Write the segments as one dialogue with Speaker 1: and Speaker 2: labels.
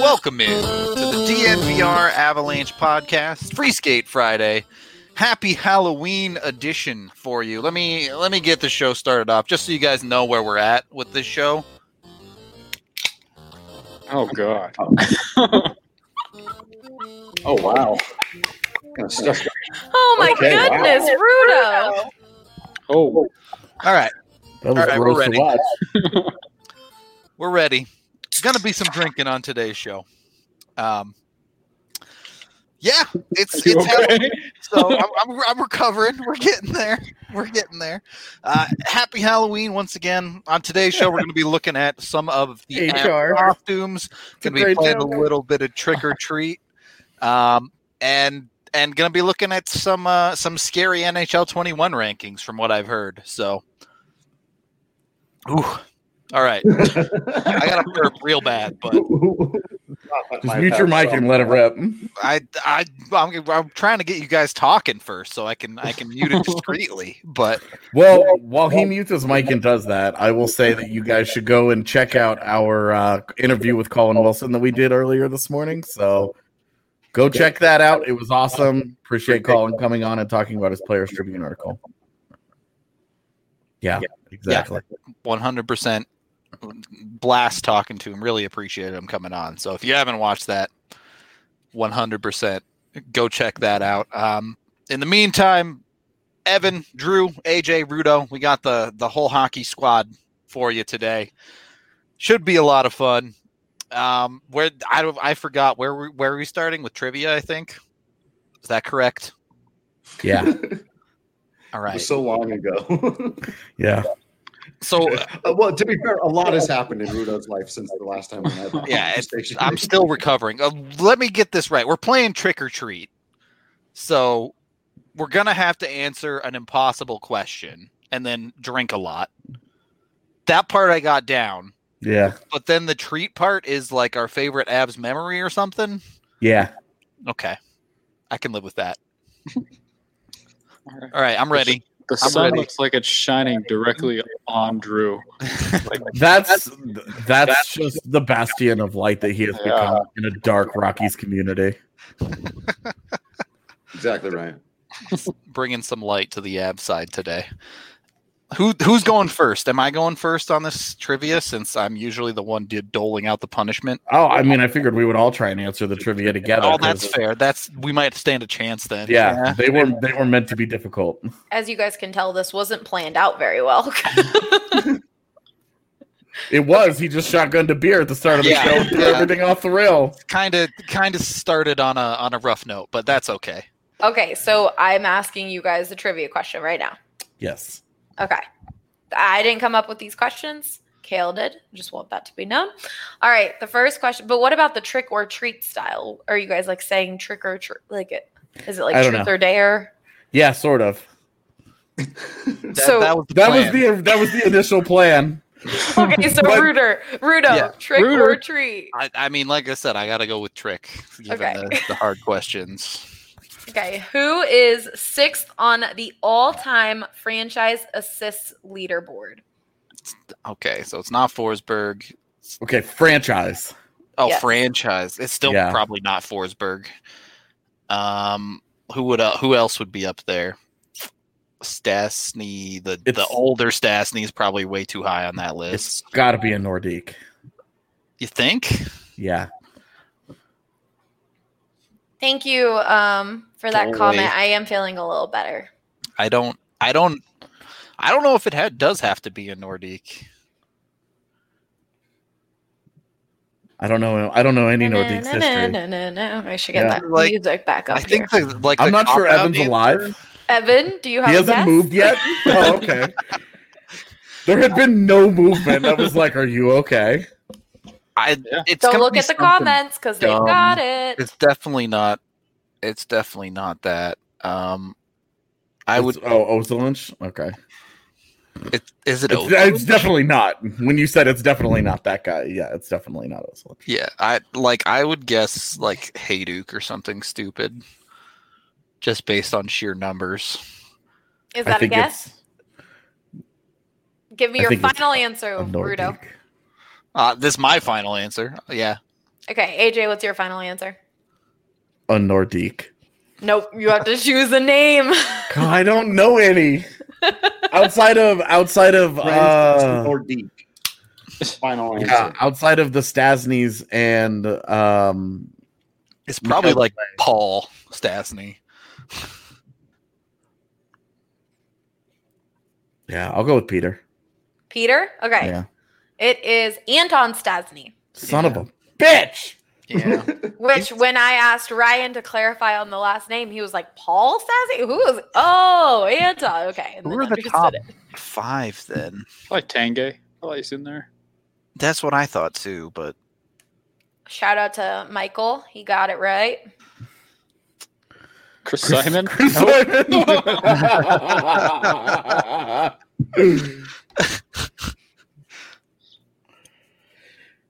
Speaker 1: Welcome in to the DNVR Avalanche podcast, Free Skate Friday. Happy Halloween edition for you. Let me let me get the show started off just so you guys know where we're at with this show.
Speaker 2: Oh god. oh wow. Kinda stuck there.
Speaker 3: Oh my
Speaker 2: Okay, wow.
Speaker 3: goodness, Rudo!
Speaker 2: Oh,
Speaker 1: All right,
Speaker 4: That was
Speaker 1: All right, we're
Speaker 4: gross
Speaker 1: ready.
Speaker 4: to watch.
Speaker 1: we're ready. There's gonna be some drinking on today's show. Um, yeah, it's
Speaker 2: you
Speaker 1: it's Halloween.
Speaker 2: okay?
Speaker 1: so I'm, I'm, I'm recovering. We're getting there. We're getting there. Uh, happy Halloween once again. On today's show, we're going to be looking at some of the
Speaker 5: HR.
Speaker 1: costumes.
Speaker 5: a
Speaker 1: Going to be
Speaker 5: great
Speaker 1: playing
Speaker 5: joke.
Speaker 1: a little bit of trick or treat, um, and and going to be looking at some uh, some scary NHL 21 rankings from what I've heard. So, ooh, all right. I got to burp real bad, but
Speaker 4: Just mute your mic and let it rip.
Speaker 1: I I I'm, I'm trying to get you guys talking first, so I can I can mute it discreetly. But
Speaker 4: Well, while he mutes his mic and does that, I will say that you guys should go and check out our uh, interview with Colin Wilson that we did earlier this morning. So go check that out. It was awesome. Appreciate Colin coming on and talking about his Players Tribune article. Yeah, exactly.
Speaker 1: 100% blast talking to him. Really appreciated him coming on. So if you haven't watched that, 100% go check that out. Um, in the meantime, Evan, Drew, AJ, Rudo, we got the the whole hockey squad for you today. Should be a lot of fun. Um, where I don't, I forgot where we, where are we starting with trivia? I think is that correct?
Speaker 4: Yeah,
Speaker 1: All
Speaker 5: It
Speaker 1: right.
Speaker 5: was so long ago.
Speaker 4: yeah.
Speaker 1: So
Speaker 5: Uh, well, to be fair, a lot has happened in Rudo's life since the last time we had. that
Speaker 1: Yeah, it's-
Speaker 5: conversation.
Speaker 1: I'm still recovering. Uh, let me get this right. We're playing trick or treat. So we're going to have to answer an impossible question and then drink a lot. That part I got down.
Speaker 4: Yeah,
Speaker 1: But then the treat part is like our favorite abs memory or something.
Speaker 4: yeah.
Speaker 1: Okay. I can live with that. All right. I'm ready.
Speaker 2: The
Speaker 1: I'm
Speaker 2: sun
Speaker 1: ready.
Speaker 2: looks like it's shining directly on Drew.
Speaker 4: That's that's just the bastion of light that he has
Speaker 2: Yeah.
Speaker 4: become in a dark Rockies community.
Speaker 5: exactly right.
Speaker 1: Bringing some light to the ab side today. Who, who's going first? Am I going first on this trivia since I'm usually the one did doling out the punishment?
Speaker 4: Oh, I mean, I figured we would all try and answer the trivia together.
Speaker 1: Oh, that's
Speaker 4: 'cause-
Speaker 1: fair. That's we might stand a chance then.
Speaker 4: Yeah, they were they were meant to be difficult.
Speaker 3: As you guys can tell, this wasn't planned out very well.
Speaker 4: It was. He just shotgunned a beer at the start of the
Speaker 1: Yeah.
Speaker 4: show, and threw
Speaker 1: Yeah.
Speaker 4: everything off the rail.
Speaker 1: kind of kind of started on a on a rough note, but that's okay.
Speaker 3: okay, so I'm asking you guys the trivia question right now.
Speaker 4: Yes.
Speaker 3: Okay. I didn't come up with these questions. Kale did. Just want that to be known. All right, the first question. But what about the trick or treat style? Are you guys like saying trick or treat? Like it? Is it
Speaker 4: I
Speaker 3: like
Speaker 4: don't
Speaker 3: truth
Speaker 4: know.
Speaker 3: or dare?
Speaker 4: Yeah, sort of.
Speaker 1: That,
Speaker 3: So-
Speaker 1: that was the
Speaker 4: That was
Speaker 1: plan.
Speaker 4: the that was the initial plan.
Speaker 3: Okay, so
Speaker 4: But-
Speaker 3: Ruder, Rudo,
Speaker 1: Yeah,
Speaker 3: trick or
Speaker 2: Ruder.
Speaker 3: treat.
Speaker 1: I, I mean, like I said, I got to go with trick. Given
Speaker 3: Okay.
Speaker 1: the, the hard questions.
Speaker 3: Okay, who is sixth on the all-time franchise assists leaderboard?
Speaker 1: Okay, so it's not Forsberg.
Speaker 4: Okay, franchise.
Speaker 1: Oh,
Speaker 3: Yes.
Speaker 1: franchise. It's still
Speaker 4: Yeah.
Speaker 1: probably not Forsberg. Um, who would uh, who else would be up there? Stastny, the the
Speaker 4: It's-
Speaker 1: older Stastny is probably way too high on that list.
Speaker 4: It's got to be a Nordique.
Speaker 1: You think?
Speaker 4: Yeah.
Speaker 3: Thank you um, for that
Speaker 2: Don't
Speaker 3: comment.
Speaker 2: worry.
Speaker 3: I am feeling a little better.
Speaker 1: I don't. I don't. I don't know if it had, does have to be a Nordique.
Speaker 4: I don't know. I don't know any Nordiques history.
Speaker 3: No, no, no, no. I should get
Speaker 4: Yeah.
Speaker 3: that
Speaker 1: Like,
Speaker 3: music back up
Speaker 1: I think
Speaker 3: here.
Speaker 1: the, like
Speaker 4: I'm
Speaker 1: the
Speaker 4: not sure
Speaker 1: cop-out
Speaker 4: Evan's
Speaker 1: answer-
Speaker 4: alive.
Speaker 3: Evan, do you have
Speaker 4: He
Speaker 3: a
Speaker 4: hasn't
Speaker 3: guess?
Speaker 4: moved yet. Oh, okay. there had been no movement. I was like, "Are you okay?"
Speaker 1: I,
Speaker 2: Yeah.
Speaker 1: it's
Speaker 3: Don't
Speaker 1: gonna
Speaker 3: look
Speaker 1: be
Speaker 3: at the
Speaker 1: something-
Speaker 3: comments because they've
Speaker 1: dumb.
Speaker 3: got it.
Speaker 1: It's definitely not. It's definitely not that. Um, I
Speaker 4: It's-
Speaker 1: would.
Speaker 4: Oh, Ozelinch. Okay.
Speaker 1: It, is it?
Speaker 4: It's,
Speaker 1: Oath?
Speaker 4: it's definitely not. When you said it's definitely not that guy, yeah, it's definitely not Ozelinch.
Speaker 1: Yeah, I like I would guess like Hayduk or something stupid, just based on sheer numbers.
Speaker 3: Is
Speaker 4: I
Speaker 3: that a
Speaker 4: think
Speaker 3: guess?
Speaker 4: it's
Speaker 3: Give me
Speaker 4: I
Speaker 3: your
Speaker 4: think it's
Speaker 3: final answer,
Speaker 4: a
Speaker 3: Oh, Rudo.
Speaker 4: Nordique.
Speaker 1: Uh, this is my final answer. Yeah,
Speaker 3: Okay, AJ, what's your final answer?
Speaker 4: A Nordique.
Speaker 3: Nope, you have to choose a name.
Speaker 4: God, I don't know any outside of outside of
Speaker 5: Friends
Speaker 4: uh,
Speaker 5: or deep. Final answer.
Speaker 4: yeah, outside of the Stasneys and um
Speaker 1: it's probably
Speaker 4: Michael
Speaker 1: like Paul Stastny.
Speaker 4: yeah, I'll go with Peter.
Speaker 3: Peter? Okay.
Speaker 4: Yeah,
Speaker 3: It is Anton Stasny,
Speaker 4: son of a bitch.
Speaker 1: Yeah,
Speaker 3: which when I asked Ryan to clarify on the last name, he was like, Paul Stasny? Who is Oh, Anton. Okay. and
Speaker 1: who
Speaker 3: then
Speaker 1: are the
Speaker 3: understood
Speaker 1: top
Speaker 3: it.
Speaker 1: five then?
Speaker 2: Like Tangay. Oh, he's in there.
Speaker 1: That's what I thought too. But
Speaker 3: Shout out to Michael. He got it right.
Speaker 2: Chris Simon.
Speaker 4: Chris Simon.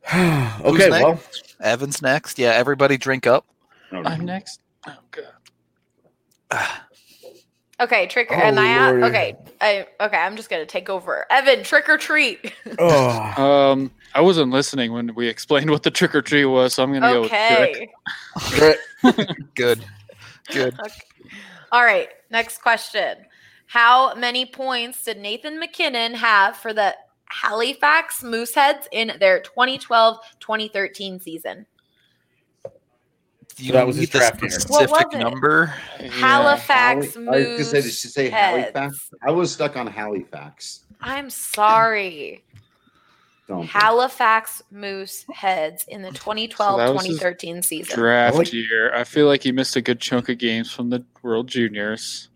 Speaker 4: okay,
Speaker 1: next?
Speaker 4: well,
Speaker 1: Evans next. Yeah, everybody drink up.
Speaker 2: I'm next. Oh god.
Speaker 1: Ah,
Speaker 3: Okay, trick or am
Speaker 4: Oh,
Speaker 3: I out?
Speaker 4: Lord.
Speaker 3: Okay. I, okay, I'm just gonna take over. Evan, trick or treat.
Speaker 4: oh,
Speaker 2: Um, I wasn't listening when we explained what the trick or treat was, so I'm gonna go with trick.
Speaker 3: Okay.
Speaker 4: Brit-
Speaker 1: good, good.
Speaker 3: All right. Next question. How many points did Nathan McKinnon have for the Halifax Mooseheads in their 2012-2013 season?
Speaker 1: You
Speaker 4: that was his
Speaker 1: need the
Speaker 4: draft year.
Speaker 1: specific
Speaker 3: What was it?
Speaker 1: number.
Speaker 3: Halifax
Speaker 5: Halli- I was gonna say, did she say
Speaker 3: Mooseheads.
Speaker 5: Halifax? I was stuck on Halifax.
Speaker 3: I'm sorry.
Speaker 5: Don't.
Speaker 3: Halifax Mooseheads in the 2012
Speaker 2: So that was his
Speaker 3: 2013 season.
Speaker 2: Draft
Speaker 4: I like-
Speaker 2: year. I feel like he missed a good chunk of games from the World Juniors.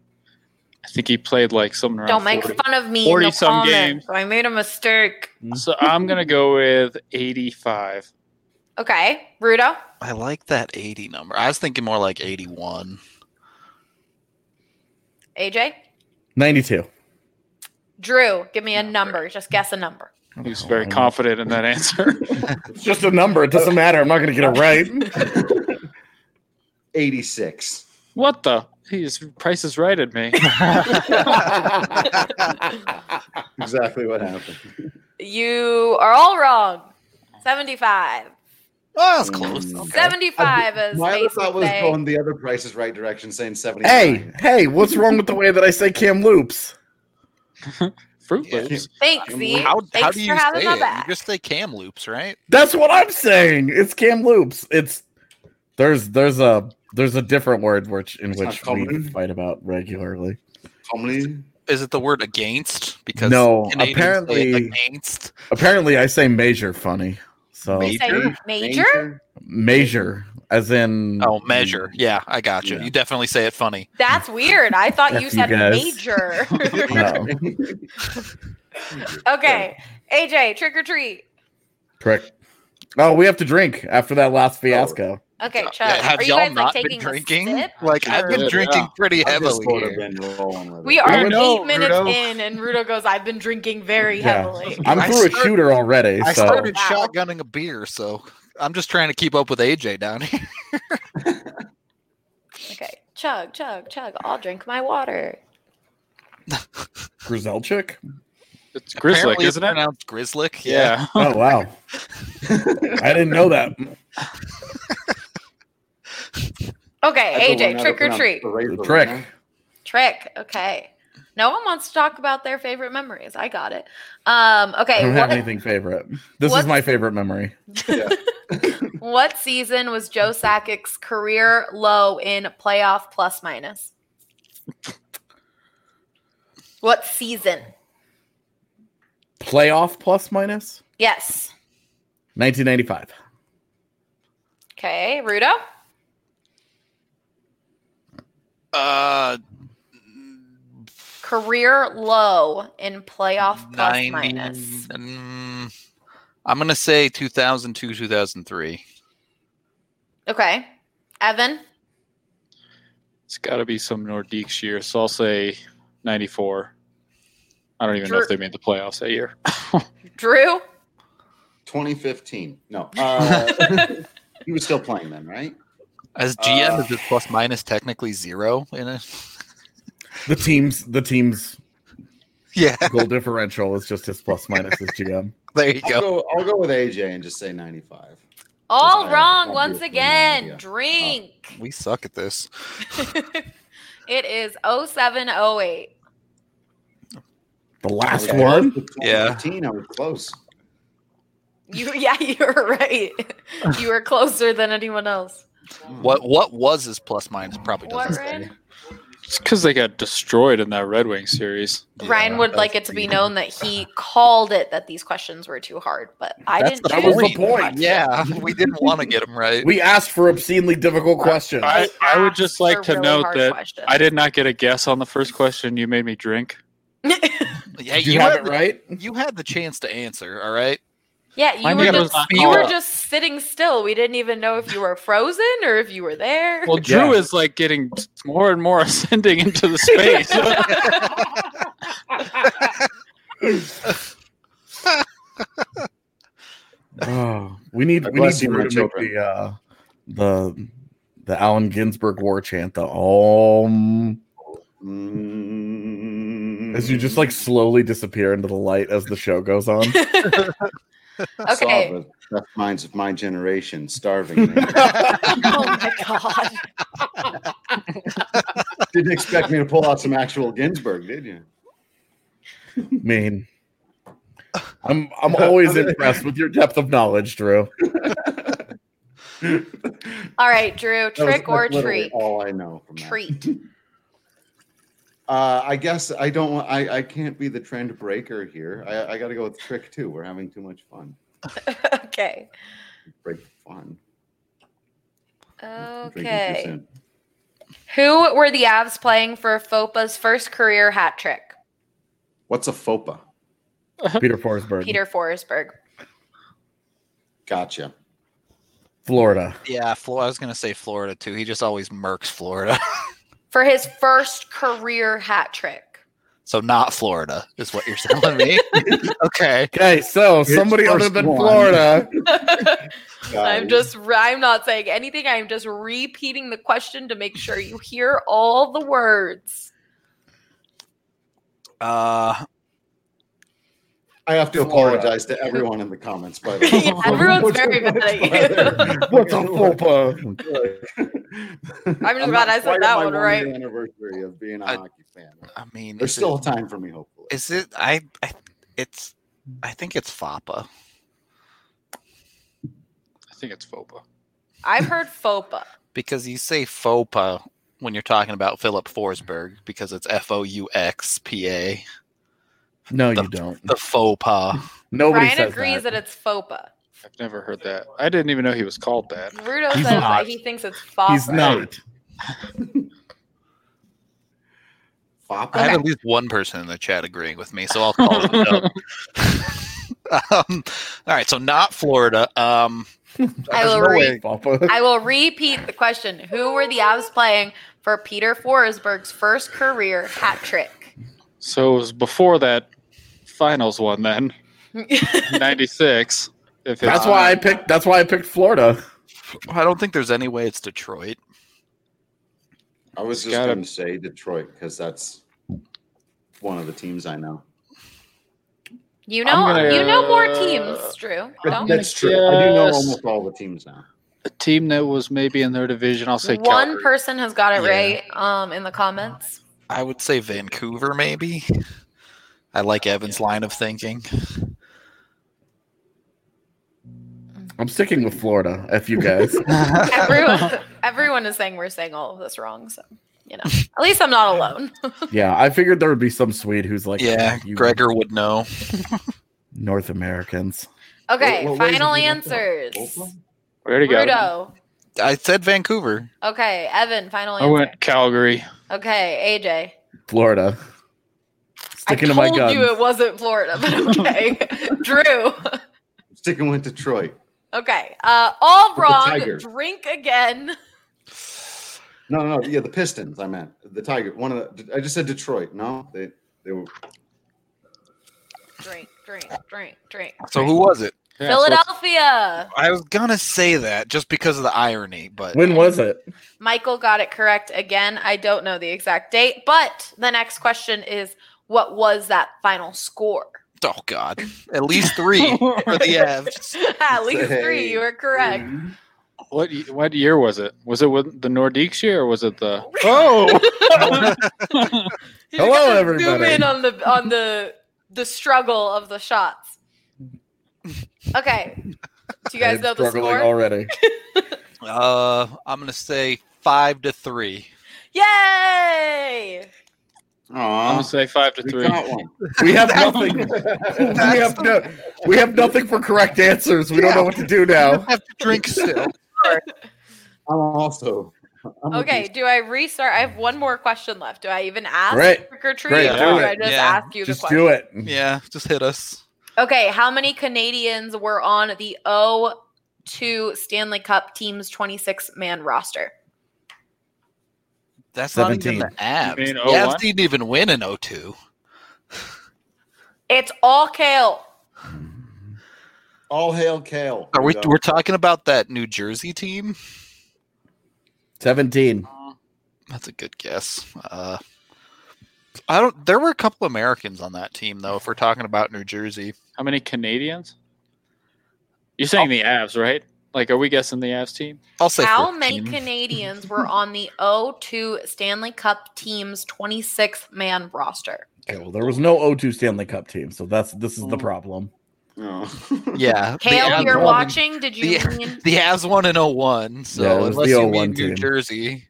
Speaker 2: I think he played like something around.
Speaker 3: Don't make
Speaker 2: 40.
Speaker 3: fun of me.
Speaker 2: 40
Speaker 3: in the
Speaker 2: some
Speaker 3: comments. I made a mistake.
Speaker 2: So I'm gonna go with 85.
Speaker 3: Okay, Rudo.
Speaker 1: I like that eighty number. I was thinking more like eighty-one.
Speaker 3: AJ,
Speaker 4: 92.
Speaker 3: Drew, give me a number. Just guess a number.
Speaker 2: He was very confident in that answer.
Speaker 4: It's just a number. It doesn't matter. I'm not going to get it right.
Speaker 5: 86.
Speaker 2: what the? He's Price is right at me.
Speaker 5: Exactly what happened.
Speaker 3: You are all wrong. 75.
Speaker 1: Oh, that's close.
Speaker 5: Mm.
Speaker 1: Okay.
Speaker 3: 75 is
Speaker 5: My other
Speaker 3: Mason
Speaker 5: thought was
Speaker 3: Bay.
Speaker 5: going the other Price is Right direction, saying 79.
Speaker 4: hey, hey, what's wrong with the way that I say Cam Loops?
Speaker 2: Fruit
Speaker 1: Yeah.
Speaker 2: Loops.
Speaker 3: Thanks, Z.
Speaker 1: How,
Speaker 3: Thanks
Speaker 1: how do you
Speaker 3: for having
Speaker 1: say
Speaker 3: my
Speaker 1: it?
Speaker 3: back.
Speaker 1: You just say cam loops, right?
Speaker 4: That's what I'm saying. It's Cam Loops. It's there's there's a there's a different word which in
Speaker 5: It's
Speaker 4: which
Speaker 5: not
Speaker 4: we
Speaker 5: common.
Speaker 4: fight about regularly.
Speaker 5: Comley.
Speaker 1: Is it the word against? Because
Speaker 4: No,
Speaker 1: Canadians say
Speaker 4: apparently-
Speaker 1: against.
Speaker 4: Apparently, I say measure funny. So
Speaker 3: We
Speaker 4: measure,
Speaker 3: say major?
Speaker 5: Major?
Speaker 4: as in
Speaker 1: Oh, measure. Yeah, I got you.
Speaker 5: Yeah.
Speaker 1: You definitely say it funny.
Speaker 3: That's weird. I thought you
Speaker 4: F you
Speaker 3: said
Speaker 4: guys.
Speaker 3: major.
Speaker 4: No,
Speaker 3: okay. AJ, trick or treat.
Speaker 4: prick. Oh, we have to drink after that
Speaker 1: Oh.
Speaker 4: last fiasco.
Speaker 3: Okay, Chuck.
Speaker 1: Yeah, have
Speaker 3: are you
Speaker 1: y'all
Speaker 3: guys
Speaker 1: not
Speaker 3: like
Speaker 1: been
Speaker 3: taking a
Speaker 1: drinking?
Speaker 3: sip?
Speaker 1: Like I've
Speaker 2: Sure,
Speaker 1: been
Speaker 2: yeah.
Speaker 1: drinking pretty
Speaker 5: I've just
Speaker 1: heavily.
Speaker 5: sort of
Speaker 1: here.
Speaker 5: been rolling with
Speaker 3: We
Speaker 5: it.
Speaker 3: are
Speaker 2: I
Speaker 3: eight
Speaker 2: know,
Speaker 3: minutes
Speaker 2: Rudo.
Speaker 3: in, and Rudo goes, I've been drinking very
Speaker 4: Yeah.
Speaker 3: heavily.
Speaker 4: I'm
Speaker 1: I
Speaker 4: through a
Speaker 1: started-
Speaker 4: shooter already.
Speaker 1: I
Speaker 4: so
Speaker 1: started
Speaker 3: Wow.
Speaker 1: shotgunning a beer, so I'm just trying to keep up with AJ down here.
Speaker 3: Okay. Chug, chug, chug. I'll drink my water.
Speaker 4: Griselchik.
Speaker 2: It's Grizzly,
Speaker 1: Apparently it's
Speaker 2: isn't it?
Speaker 1: pronounced Grizzlick.
Speaker 2: Yeah.
Speaker 4: Oh wow, I didn't know that.
Speaker 5: That's the
Speaker 3: Okay,
Speaker 5: one
Speaker 3: AJ,
Speaker 5: I
Speaker 3: trick or
Speaker 5: don't
Speaker 3: treat.
Speaker 5: pronounce the
Speaker 4: Trick.
Speaker 5: right
Speaker 3: Trick. Okay. No one wants to talk about their favorite memories. I got it. Um,
Speaker 4: I
Speaker 3: okay.
Speaker 4: don't have
Speaker 3: What,
Speaker 4: anything favorite. This is
Speaker 3: what's-
Speaker 4: my favorite memory.
Speaker 3: what season was Joe Sakic's career low in playoff plus minus? What season?
Speaker 4: Playoff plus minus
Speaker 3: Yes.
Speaker 4: 1995.
Speaker 3: Okay, Rudo.
Speaker 1: Uh,
Speaker 3: Career low in playoff plus
Speaker 1: 90
Speaker 3: minus.
Speaker 1: mm, I'm gonna say 2002, 2003.
Speaker 3: Okay, Evan.
Speaker 2: It's got to be some Nordiques year, so I'll say 94. I don't even know if
Speaker 3: Drew-
Speaker 2: they made the playoffs that year.
Speaker 3: Drew.
Speaker 5: 2015. No. Uh, he was still playing then, right?
Speaker 1: As GM,
Speaker 5: Uh,
Speaker 1: is it plus minus technically zero in it?
Speaker 4: The team's the team's
Speaker 1: Yeah,
Speaker 4: goal differential is just his plus minus as GM.
Speaker 1: there you
Speaker 5: I'll
Speaker 1: go.
Speaker 5: go, I'll go with AJ and just say 95.
Speaker 3: All
Speaker 5: Doesn't matter.
Speaker 3: wrong
Speaker 5: I'll
Speaker 3: once
Speaker 5: do it.
Speaker 3: again.
Speaker 5: Yeah.
Speaker 3: Drink.
Speaker 1: We suck at this. Oh.
Speaker 3: it is 0708.
Speaker 4: The last
Speaker 5: Okay.
Speaker 4: one.
Speaker 5: 2015, I was close.
Speaker 3: You yeah, you were right. you were closer than anyone else.
Speaker 1: What what was his plus minus? Probably
Speaker 3: What
Speaker 1: doesn't.
Speaker 3: Ryan?
Speaker 2: It's because they got destroyed in that Red Wing series.
Speaker 3: Ryan
Speaker 1: Yeah,
Speaker 3: would
Speaker 1: that's
Speaker 3: like it to be
Speaker 1: the-
Speaker 3: known that he called it that these questions were too hard, but I
Speaker 1: That's
Speaker 3: didn't
Speaker 4: That was
Speaker 3: choose.
Speaker 4: the point.
Speaker 1: Yeah, we didn't want to get him right.
Speaker 4: We asked for obscenely difficult questions.
Speaker 2: I- I would just
Speaker 3: asked
Speaker 2: like
Speaker 3: for
Speaker 2: to note
Speaker 3: hard
Speaker 2: that
Speaker 3: questions.
Speaker 2: I did not get a guess on the first question. You made me drink.
Speaker 1: Hey,
Speaker 4: Did
Speaker 1: you,
Speaker 4: you have
Speaker 1: had
Speaker 4: it
Speaker 1: the,
Speaker 4: right?
Speaker 1: you had the chance to answer. All right.
Speaker 3: yeah, you
Speaker 2: Mine
Speaker 3: were,
Speaker 2: was
Speaker 3: just,
Speaker 2: not
Speaker 3: you were
Speaker 2: called.
Speaker 3: just sitting still. We didn't even know if you were frozen or if you were there.
Speaker 2: Well, Drew is like getting more and more ascending into the space.
Speaker 4: Oh, we need
Speaker 5: God
Speaker 4: we need
Speaker 5: bless you,
Speaker 4: Drew
Speaker 5: my
Speaker 4: to make
Speaker 5: children.
Speaker 4: the uh, the the Allen Ginsberg war chant. The um,
Speaker 5: Mm.
Speaker 4: as you just like slowly disappear into the light as the show goes on.
Speaker 3: okay.
Speaker 5: Left minds of my generation starving.
Speaker 3: Oh my god.
Speaker 5: Didn't expect me to pull out some actual Ginsburg, did you?
Speaker 4: I mean, I'm I'm always impressed with your depth of knowledge, Drew.
Speaker 3: All right, Drew,
Speaker 5: That was-
Speaker 3: trick or
Speaker 5: that's literally
Speaker 3: treat.
Speaker 5: All I know from that.
Speaker 3: Treat.
Speaker 5: Uh, I guess I don't. wa- I I can't be the trend breaker here. I, I got to go with trick too. We're having too much fun.
Speaker 3: okay.
Speaker 5: Break fun. I'm drinking too
Speaker 3: Okay.
Speaker 5: soon.
Speaker 3: Who were the Avs playing for Fopa's first career hat trick?
Speaker 5: What's a FOPA?
Speaker 4: Peter Forsberg,
Speaker 3: Peter Forsberg.
Speaker 5: Gotcha.
Speaker 4: Florida.
Speaker 1: Yeah, Florida. I was gonna say Florida too. He just always murks Florida.
Speaker 3: For his first career hat trick.
Speaker 1: So not Florida is what you're telling me. okay.
Speaker 4: Okay, so
Speaker 5: It's
Speaker 4: somebody other
Speaker 5: first
Speaker 4: than
Speaker 5: one.
Speaker 4: Florida.
Speaker 5: Guys,
Speaker 3: I'm just, I'm not saying anything. I'm just repeating the question to make sure you hear all the words.
Speaker 1: Uh,
Speaker 5: I have to
Speaker 1: Florida.
Speaker 5: apologize to everyone in the comments. By the way,
Speaker 3: Yeah, everyone's very mad at you.
Speaker 4: What's a FOPA?
Speaker 3: I'm just glad I said that one right.
Speaker 5: The anniversary of being a
Speaker 1: I-
Speaker 5: hockey fan.
Speaker 1: I mean,
Speaker 5: There's
Speaker 1: is
Speaker 5: still
Speaker 1: it-
Speaker 5: time for me, hopefully.
Speaker 1: Is it? I. I it's. I think it's Foppa.
Speaker 2: I think it's FOPA.
Speaker 3: I've heard FOPA.
Speaker 1: because you say FOPA when you're talking about Philip Forsberg because it's F O U X P A,
Speaker 4: No,
Speaker 1: The-
Speaker 4: you don't.
Speaker 1: the FOPA.
Speaker 4: Nobody
Speaker 3: Ryan
Speaker 4: says
Speaker 3: agrees
Speaker 4: that.
Speaker 3: that. it's FOPA.
Speaker 2: I've never heard that. I didn't even know he was called that.
Speaker 3: Rudo
Speaker 4: He's
Speaker 3: says that
Speaker 4: not.
Speaker 3: he thinks it's FOPA.
Speaker 4: He's not.
Speaker 5: Foppa?
Speaker 1: I have
Speaker 3: Okay.
Speaker 1: at least one person in the chat agreeing with me, so I'll call it. up. um, all right, so not Florida. Um,
Speaker 3: I will
Speaker 1: there's no
Speaker 3: read
Speaker 1: way-
Speaker 4: FOPA.
Speaker 3: I will repeat the question. Who were the Avs playing for Peter Forsberg's first career hat trick?
Speaker 2: So it was before that finals one, then '96. If
Speaker 4: That's
Speaker 2: it's-
Speaker 4: why I picked. That's why I picked Florida.
Speaker 1: I don't think there's any way it's Detroit.
Speaker 5: I was just
Speaker 2: Gotta-
Speaker 5: going to say Detroit because that's one of the teams I know.
Speaker 3: you know,
Speaker 2: I'm gonna-
Speaker 3: you know more teams, Drew. Don't
Speaker 5: That's true. I do know
Speaker 2: guess-
Speaker 5: almost all the teams now.
Speaker 2: a team that was maybe in their division. I'll say
Speaker 3: one
Speaker 2: Calgary.
Speaker 3: person has got it
Speaker 1: Yeah.
Speaker 3: right um, in the comments.
Speaker 1: I would say Vancouver, maybe. I like
Speaker 4: Oh,
Speaker 1: Evan's line of thinking.
Speaker 4: I'm sticking with Florida. F you guys.
Speaker 3: Everyone, everyone is saying we're saying all of this wrong, so you know. At least I'm not alone.
Speaker 4: yeah, I figured there would be some Swede who's like,
Speaker 1: yeah,
Speaker 4: you
Speaker 1: Gregor would know.
Speaker 4: North Americans.
Speaker 3: Okay,
Speaker 5: What- what ways
Speaker 3: final
Speaker 5: have you left out?
Speaker 3: answers.
Speaker 5: Oakland?
Speaker 2: We already got it.
Speaker 3: Rudo,
Speaker 1: I said Vancouver.
Speaker 3: Okay, Evan, final
Speaker 2: I
Speaker 3: answer.
Speaker 2: went Calgary.
Speaker 3: Okay, AJ.
Speaker 4: Florida. Sticking
Speaker 3: I
Speaker 4: to my
Speaker 3: told
Speaker 4: guns.
Speaker 3: you it wasn't Florida, but okay. Drew.
Speaker 5: Sticking with Detroit.
Speaker 3: Okay. Uh, all
Speaker 5: The
Speaker 3: wrong.
Speaker 5: Tiger.
Speaker 3: Drink again.
Speaker 5: No, no, no. Yeah, the Pistons. I meant the Tiger. One of the. I just said Detroit. No, they they were.
Speaker 3: Drink, drink, drink, drink.
Speaker 1: So who was it?
Speaker 2: Yeah, so it's-
Speaker 3: Philadelphia.
Speaker 1: I was gonna say that just because of the irony, but
Speaker 4: When was it?
Speaker 3: Michael got it correct again. I don't know the exact date, but the next question is what was that final score?
Speaker 1: oh god, at least three for the Avs.
Speaker 3: At least three.
Speaker 5: Hey.
Speaker 3: You were correct.
Speaker 2: What y- what year was it? Was it with the Nordiques year or was it the Oh
Speaker 3: You
Speaker 4: Hello,
Speaker 3: gotta Zoom
Speaker 4: everybody.
Speaker 3: in on the on the the struggle of the shots. Okay. Do you guys
Speaker 4: I'm
Speaker 3: know the
Speaker 4: struggling
Speaker 3: score?
Speaker 4: already.
Speaker 1: Uh, I'm gonna say five to three.
Speaker 3: Yay!
Speaker 2: I'm gonna
Speaker 5: Aw,
Speaker 2: say five to
Speaker 5: we
Speaker 2: three.
Speaker 5: got one.
Speaker 4: We have nothing. we have no. We have nothing for correct answers. We don't know what to do
Speaker 1: You
Speaker 4: now.
Speaker 1: have to drink still.
Speaker 5: I'm also. I'm with
Speaker 3: Okay,
Speaker 5: you.
Speaker 3: do I restart? I have one more question left. Do I even ask
Speaker 4: Great.
Speaker 3: trick or treat,
Speaker 4: Great,
Speaker 3: or
Speaker 2: do
Speaker 3: do
Speaker 1: it.
Speaker 3: I just
Speaker 1: Yeah,
Speaker 3: ask you the
Speaker 4: Just
Speaker 3: question?
Speaker 4: do it.
Speaker 1: yeah, just hit us.
Speaker 3: Okay, how many Canadians were on the 02 Stanley Cup team's 26 man roster?
Speaker 1: That's not even
Speaker 4: 17.
Speaker 1: the Avs.
Speaker 2: You mean
Speaker 1: The
Speaker 2: 01?
Speaker 1: Avs didn't even win in 02.
Speaker 3: It's all kale.
Speaker 5: All hail Kale.
Speaker 1: Are we?
Speaker 5: Here
Speaker 1: We're
Speaker 5: go.
Speaker 1: talking about that New Jersey team.
Speaker 4: Seventeen.
Speaker 1: That's a good guess. Uh, I don't. There were a couple Americans on that team, though. If we're talking about New Jersey,
Speaker 2: How many Canadians? You're
Speaker 4: Oh.
Speaker 2: saying the Avs, right? Like, are we guessing the Avs team?
Speaker 1: I'll say
Speaker 3: How
Speaker 1: 14.
Speaker 3: many Canadians were on the 02 Stanley Cup team's 26 man roster?
Speaker 4: Okay, well, there was no 0-2 Stanley Cup team, so that's this is the
Speaker 5: Mm.
Speaker 4: problem.
Speaker 5: No.
Speaker 1: Yeah, the
Speaker 3: Kale,
Speaker 1: Avs
Speaker 3: you're
Speaker 1: won-
Speaker 3: watching. Did you
Speaker 1: the-
Speaker 3: mean
Speaker 1: The Avs won in 01, so
Speaker 4: Yeah, it was
Speaker 1: unless
Speaker 4: the
Speaker 1: you
Speaker 4: 01
Speaker 1: mean New
Speaker 4: team.
Speaker 1: Jersey,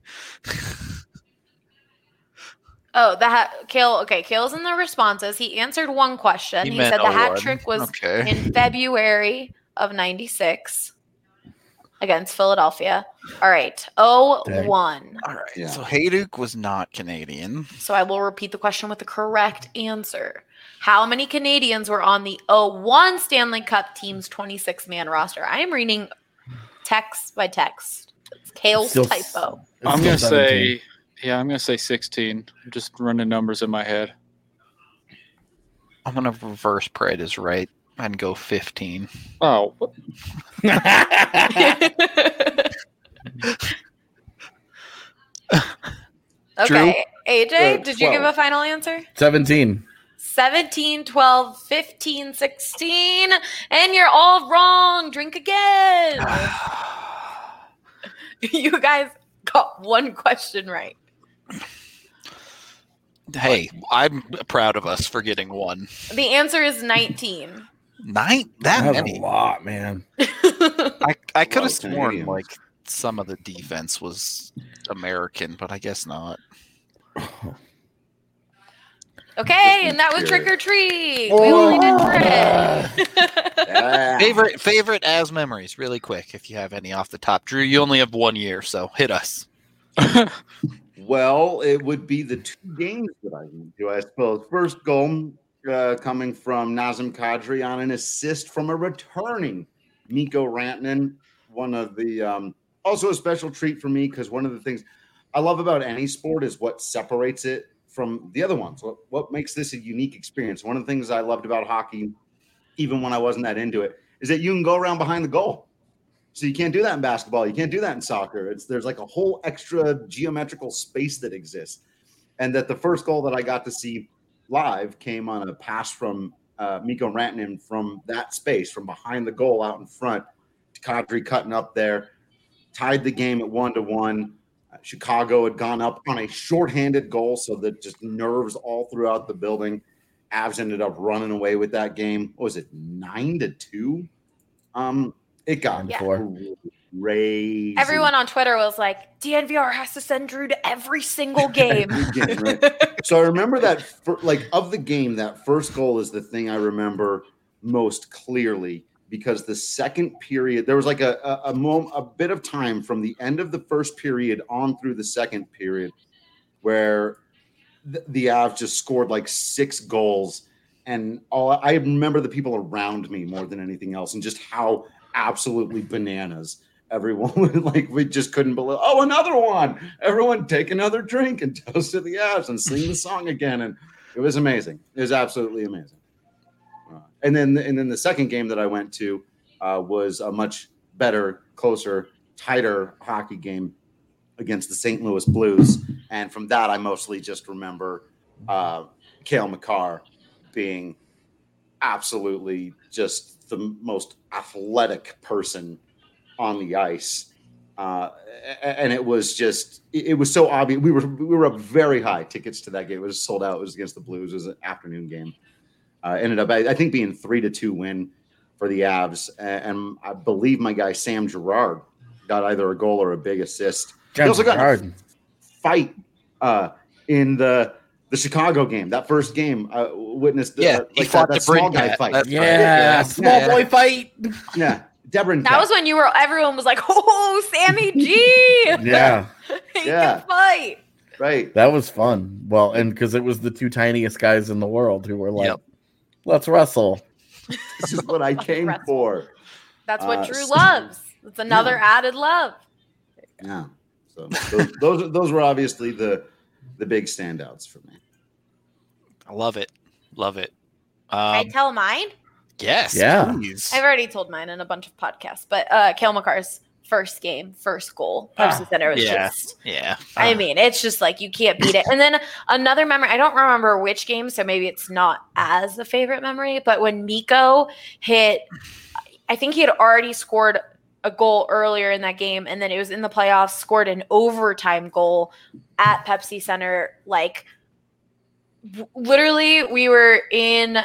Speaker 3: Oh, the hat. Kale. Okay, Kale's in the responses. He answered one question. He,
Speaker 1: meant
Speaker 3: said the hat
Speaker 1: 01.
Speaker 3: trick was
Speaker 1: okay.
Speaker 3: in February of '96 against Philadelphia. All right, oh
Speaker 4: Dang.
Speaker 3: one.
Speaker 1: All right.
Speaker 5: Yeah.
Speaker 1: So Hayduk was not Canadian.
Speaker 3: So I will repeat the question with the correct answer. How many Canadians were on the 01 Stanley Cup team's 26 man roster? I am reading text by text. It's Kale's
Speaker 4: Still-
Speaker 3: typo.
Speaker 4: It's
Speaker 2: I'm
Speaker 4: still
Speaker 2: gonna
Speaker 4: 17.
Speaker 2: say, yeah, I'm gonna say 16. I'm just running numbers in my head.
Speaker 1: I'm gonna reverse Pred is right and go 15.
Speaker 2: Oh, what-
Speaker 3: okay, AJ,
Speaker 5: Uh,
Speaker 3: did you give
Speaker 5: 12.
Speaker 3: a final answer?
Speaker 4: seventeen.
Speaker 3: 17, 12, 15, 16, and you're all wrong. Drink again. you guys got one question right.
Speaker 1: Hey, I'm proud of us for getting one.
Speaker 3: The answer is 19.
Speaker 1: Nine that
Speaker 4: That's a
Speaker 1: many.
Speaker 4: lot, man.
Speaker 1: I, I could have
Speaker 5: of
Speaker 1: sworn
Speaker 5: Canadians.
Speaker 1: like some of the defense was American, but I guess not.
Speaker 3: okay, and that was
Speaker 5: Good.
Speaker 3: trick or treat. We only did trick.
Speaker 5: Yeah.
Speaker 1: Favorite favorite as memories, really quick, if you have any off the top. Drew, you only have one year, so hit us.
Speaker 5: Well, it would be the two games that I can do, I suppose. First goal uh, coming from Nazem Kadri on an assist from a returning Miko Rantanen. One of the um, also a special treat for me because one of the things I love about any sport is what separates it from the other ones. What, what makes this a unique experience? One of the things I loved about hockey, even when I wasn't that into it, is that you can go around behind the goal. So you can't do that in basketball. You can't do that in soccer. It's there's like a whole extra geometrical space that exists, and that the first goal that I got to see live came on a pass from uh, Miko Rantanen from that space from behind the goal out in front. Kadri cutting up there, tied the game at one to one. Chicago had gone up on a shorthanded goal, so that just nerves all throughout the building. Avs ended up running away with that game. What was it nine to two? Um, it got
Speaker 4: And
Speaker 3: Yeah.
Speaker 4: four.
Speaker 5: crazy.
Speaker 3: Everyone on Twitter was like, DNVR has to send Drew to every single game.
Speaker 5: Again, right? so I remember that, fir- like, of the game, that first goal is the thing I remember most clearly. because the second period there was like a a, a, mom, a bit of time from the end of the first period on through the second period where the, the Avs just scored like six goals and all I remember the people around me more than anything else and just how absolutely bananas everyone was like we just couldn't believe oh another one everyone take another drink and toast to the Avs and sing the song again and it was amazing it was absolutely amazing uh, and then and then the second game that I went to uh, was a much better, closer, tighter hockey game against the St. Louis Blues, and from that I mostly just remember uh, Kale McCarr being absolutely just the most athletic person on the ice. Uh, and it was just it was so obvious. We were we were up very high tickets to that game. It was sold out. It was against the Blues. It was an afternoon game. Uh, ended up, I, I, think, being three to two win for the Avs. And, and, I believe my guy Sam Gerard got either a goal or a big assist. Sam he also got Gerard. fight uh, in the the Chicago game. That first game, I uh, witnessed the,
Speaker 1: yeah,
Speaker 5: like that,
Speaker 1: that
Speaker 5: small guy
Speaker 1: that.
Speaker 5: fight.
Speaker 1: That's
Speaker 4: yeah,
Speaker 1: right. yeah.
Speaker 4: small boy fight.
Speaker 5: Yeah, Debrin.
Speaker 3: That was when you were. Everyone was like, "Oh, Sammy G,
Speaker 4: Yeah,
Speaker 3: he
Speaker 5: Yeah.
Speaker 3: can fight."
Speaker 5: right.
Speaker 4: that was fun. Well, and because it was the two tiniest guys in the world who were like,
Speaker 1: Yep.
Speaker 4: "Let's wrestle."
Speaker 5: This is what I came
Speaker 3: Wrestling.
Speaker 5: for.
Speaker 3: That's
Speaker 5: Uh,
Speaker 3: what Drew
Speaker 5: so-
Speaker 3: loves. It's another added love.
Speaker 5: Yeah. So those those, those were obviously the the big standouts for me.
Speaker 1: I love it. Love it.
Speaker 3: I
Speaker 1: Um,
Speaker 3: tell mine.
Speaker 1: yes.
Speaker 4: Yeah.
Speaker 1: please.
Speaker 3: I've already told mine in a bunch of podcasts, but uh Kale McCarr's first game, first goal, Pepsi Center was
Speaker 1: yeah.
Speaker 3: just
Speaker 1: Yeah.
Speaker 3: I mean, it's just like you can't beat it. And then another memory, I don't remember which game, so maybe it's not as a favorite memory, but when Miko hit, I think he had already scored a goal earlier in that game, and then it was in the playoffs, scored an overtime goal at Pepsi Center. Like, w- literally, we were in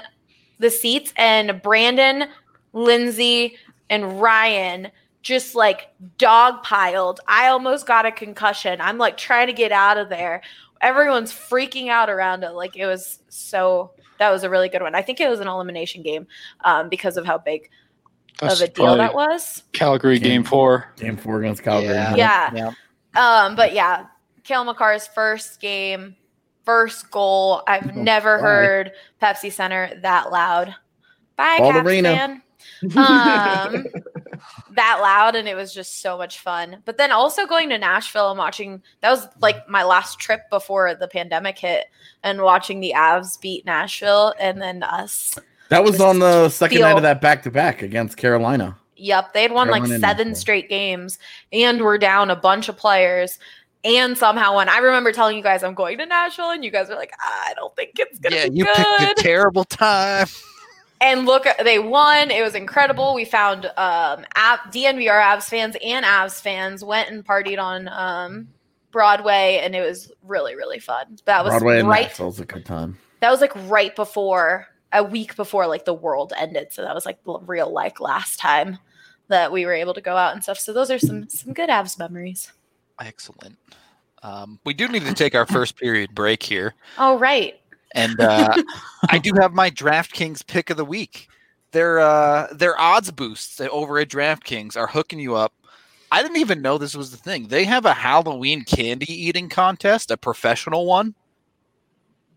Speaker 3: the seats, and Brandon, Lindsay, and Ryan just like dogpiled. I almost got a concussion. I'm like trying to get out of there. Everyone's freaking out around it. Like it was so that was a really good one. I think it was an elimination game um, because of how big
Speaker 2: That's
Speaker 3: of a deal that
Speaker 2: probably
Speaker 3: was.
Speaker 2: Calgary game four.
Speaker 4: Game four against Calgary.
Speaker 1: Yeah.
Speaker 3: Yeah.
Speaker 1: Yeah.
Speaker 3: Um, but yeah, Kale McCarr's first game, first goal.
Speaker 2: Oh,
Speaker 3: I've never
Speaker 4: bye.
Speaker 3: heard Pepsi Center that loud. Bye,
Speaker 4: Balderino.
Speaker 3: Caps fan. um, that loud and it was just so much fun but then also going to nashville and watching that was like my last trip before the pandemic hit and watching the avs beat nashville and then us
Speaker 4: That was
Speaker 3: Just
Speaker 4: on the second
Speaker 3: feel-
Speaker 4: night of that back to back against Carolina.
Speaker 3: yep they had won like
Speaker 4: Carolina and
Speaker 3: seven
Speaker 4: Nashville.
Speaker 3: straight games and were down a bunch of players and somehow won i remember telling you guys i'm going to nashville and you guys were like "Ah, i don't think it's gonna
Speaker 1: Yeah,
Speaker 3: be
Speaker 1: you
Speaker 3: good
Speaker 1: picked a terrible time.
Speaker 3: And look, they won. It was incredible. We found um, app, DNVR Avs fans and Avs fans went and partied on um, Broadway, and it was really, really fun. That was
Speaker 4: Broadway and
Speaker 3: right.
Speaker 4: Nashville's a good time.
Speaker 3: That was like right before a week before like the world ended. So that was like l- real like last time that we were able to go out and stuff. So those are some some good Avs memories.
Speaker 1: Excellent. Um, we do need to take our first period break here.
Speaker 3: Oh right,
Speaker 1: And uh, I do have my DraftKings pick of the week. Their uh, their odds boosts over at DraftKings are hooking you up. I didn't even know this was the thing. They have a Halloween candy eating contest, a professional one.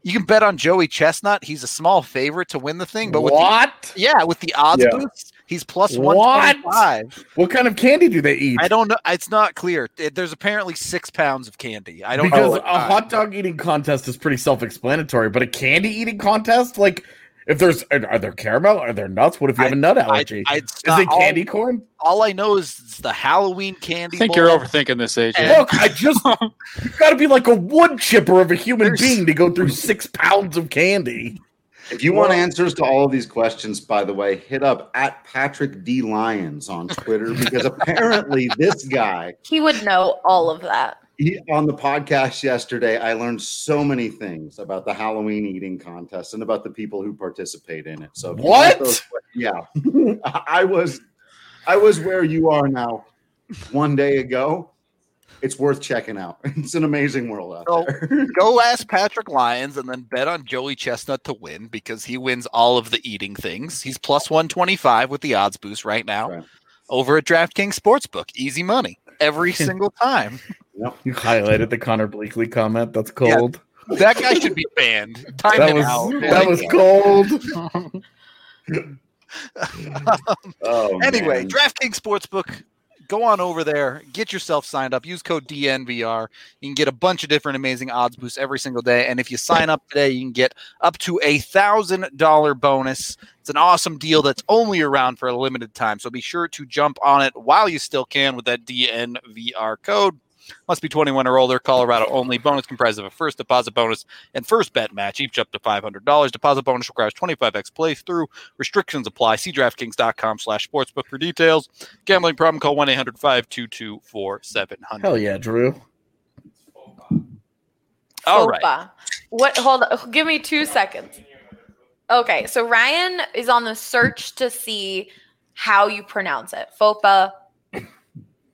Speaker 1: You can bet on Joey Chestnut. He's a small favorite to win the thing, but with the,
Speaker 4: what?
Speaker 1: yeah, with the odds
Speaker 2: Yeah.
Speaker 1: boosts, he's plus
Speaker 4: What?
Speaker 1: one twenty five.
Speaker 4: What kind of candy do they eat?
Speaker 1: I don't know. It's not clear. It- There's apparently six pounds of candy. I don't
Speaker 4: because
Speaker 1: know.
Speaker 4: a hot dog eating contest is pretty self-explanatory, but a candy eating contest, like if there's are are there caramel, are there nuts? What if you have a nut
Speaker 1: I,
Speaker 4: allergy?
Speaker 1: I, it's
Speaker 4: is
Speaker 1: not
Speaker 4: it candy corn?
Speaker 1: All, all I know is it's the Halloween
Speaker 2: I
Speaker 1: candy.
Speaker 2: think
Speaker 1: bowl.
Speaker 2: you're overthinking this, AJ.
Speaker 4: Look, I just you got to be like a wood chipper of a human
Speaker 1: There's-
Speaker 4: being to go through six pounds of candy.
Speaker 5: If you want answers to all of these questions, by the way, hit up at Patrick D Lyons on Twitter because apparently this guy
Speaker 3: he would know all of that.
Speaker 5: he, on the podcast yesterday, I learned so many things about the Halloween eating contest and about the people who participate in it. So if you want
Speaker 4: What?
Speaker 5: yeah, I was, I was where you are now. One day ago, It's worth checking out. It's an amazing world out
Speaker 1: So-
Speaker 5: there.
Speaker 1: Go ask Patrick Lyons and then bet on Joey Chestnut to win because he wins all of the eating things. He's plus 125 with the odds boost right now
Speaker 5: Right.
Speaker 1: over at DraftKings Sportsbook. Easy money every single time.
Speaker 5: Yep.
Speaker 4: You highlighted the Connor Bleakley comment. That's cold.
Speaker 1: That guy should be banned. Time
Speaker 4: That
Speaker 1: him
Speaker 4: was
Speaker 1: out.
Speaker 4: that
Speaker 1: Like,
Speaker 4: was cold.
Speaker 5: Oh,
Speaker 1: Anyway,
Speaker 5: man.
Speaker 1: DraftKings Sportsbook, go on over there, get yourself signed up. Use code DNVR. You can get a bunch of different amazing odds boosts every single day. And if you sign up today, you can get up to a thousand dollar bonus. It's an awesome deal that's only around for a limited time. So be sure to jump on it while you still can with that DNVR code. Must be 21 or older, Colorado only. Bonus comprised of a first deposit bonus and first bet match, each up to $500. Deposit bonus requires 25x playthrough. Restrictions apply. See DraftKings.com slash sportsbook for details. Gambling problem, call 1 800 522 4700.
Speaker 4: Hell yeah, Drew.
Speaker 1: All right.
Speaker 3: Fopa. What? Hold on. Give me two seconds. Okay, so Ryan is on the search to see how you pronounce it. FOPA,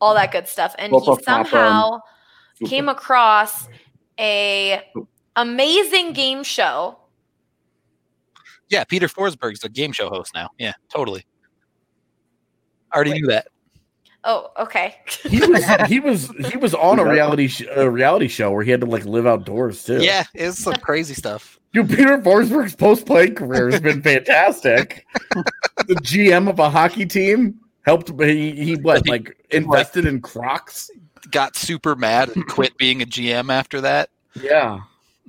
Speaker 3: all that good stuff, and
Speaker 5: Fopa,
Speaker 3: he
Speaker 5: Fopa,
Speaker 3: somehow
Speaker 5: Fopa.
Speaker 3: came across a amazing game show.
Speaker 1: Yeah, Peter Forsberg's a game show host now. Yeah, totally. I already knew that.
Speaker 3: Oh, okay.
Speaker 4: He was he was he was on a reality sh- a reality show where he had to like live outdoors too.
Speaker 1: Yeah, it's some crazy stuff.
Speaker 4: Dude, Peter Forsberg's post playing career has been fantastic. the GM of a hockey team helped. He, he what like invested in Crocs.
Speaker 1: Got super mad and quit being a GM after that.
Speaker 4: Yeah.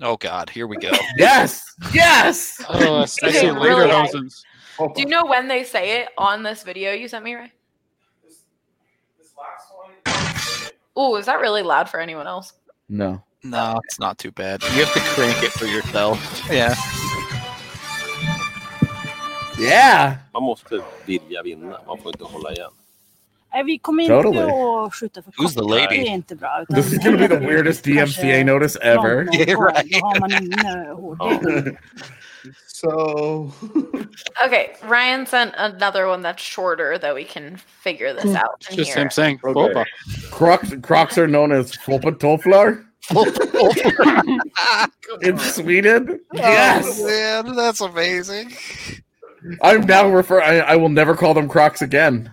Speaker 1: Oh, God, here we go.
Speaker 4: Yes. Yes.
Speaker 2: Oh, that's
Speaker 3: Okay,
Speaker 2: sexy
Speaker 3: really?
Speaker 2: lederhosens.
Speaker 3: Do you know when they say it on this video you sent me, Ryan? Oh, is that really loud for anyone else?
Speaker 4: No.
Speaker 1: No, it's not too bad. You have to crank it for yourself. Yeah.
Speaker 4: Yeah.
Speaker 6: Man måste typ vilja vinna, man får inte hålla igen.
Speaker 7: Nej, Eh, vi kommer
Speaker 4: Totally.
Speaker 7: inte att skjuta för
Speaker 1: Who's the
Speaker 7: kort.
Speaker 1: lady?
Speaker 7: Det är inte bra. Utan
Speaker 4: This is gonna be the weirdest DMCA notice
Speaker 7: Oh,
Speaker 4: ever.
Speaker 7: Långt, långt
Speaker 1: Yeah,
Speaker 7: håll.
Speaker 1: right.
Speaker 7: Då har man inne hårt.
Speaker 6: Ja.
Speaker 5: so
Speaker 3: Okay, Ryan sent another one that's shorter that we can figure this out.
Speaker 2: It's
Speaker 3: in
Speaker 2: just
Speaker 3: here.
Speaker 2: him saying
Speaker 5: Okay.
Speaker 2: Fopa.
Speaker 4: Crocs Crocs are known as Fopatoflar in Sweden.
Speaker 1: Oh,
Speaker 4: Yes.
Speaker 1: man, that's amazing.
Speaker 4: I'm now refer. I, I will never call them Crocs again.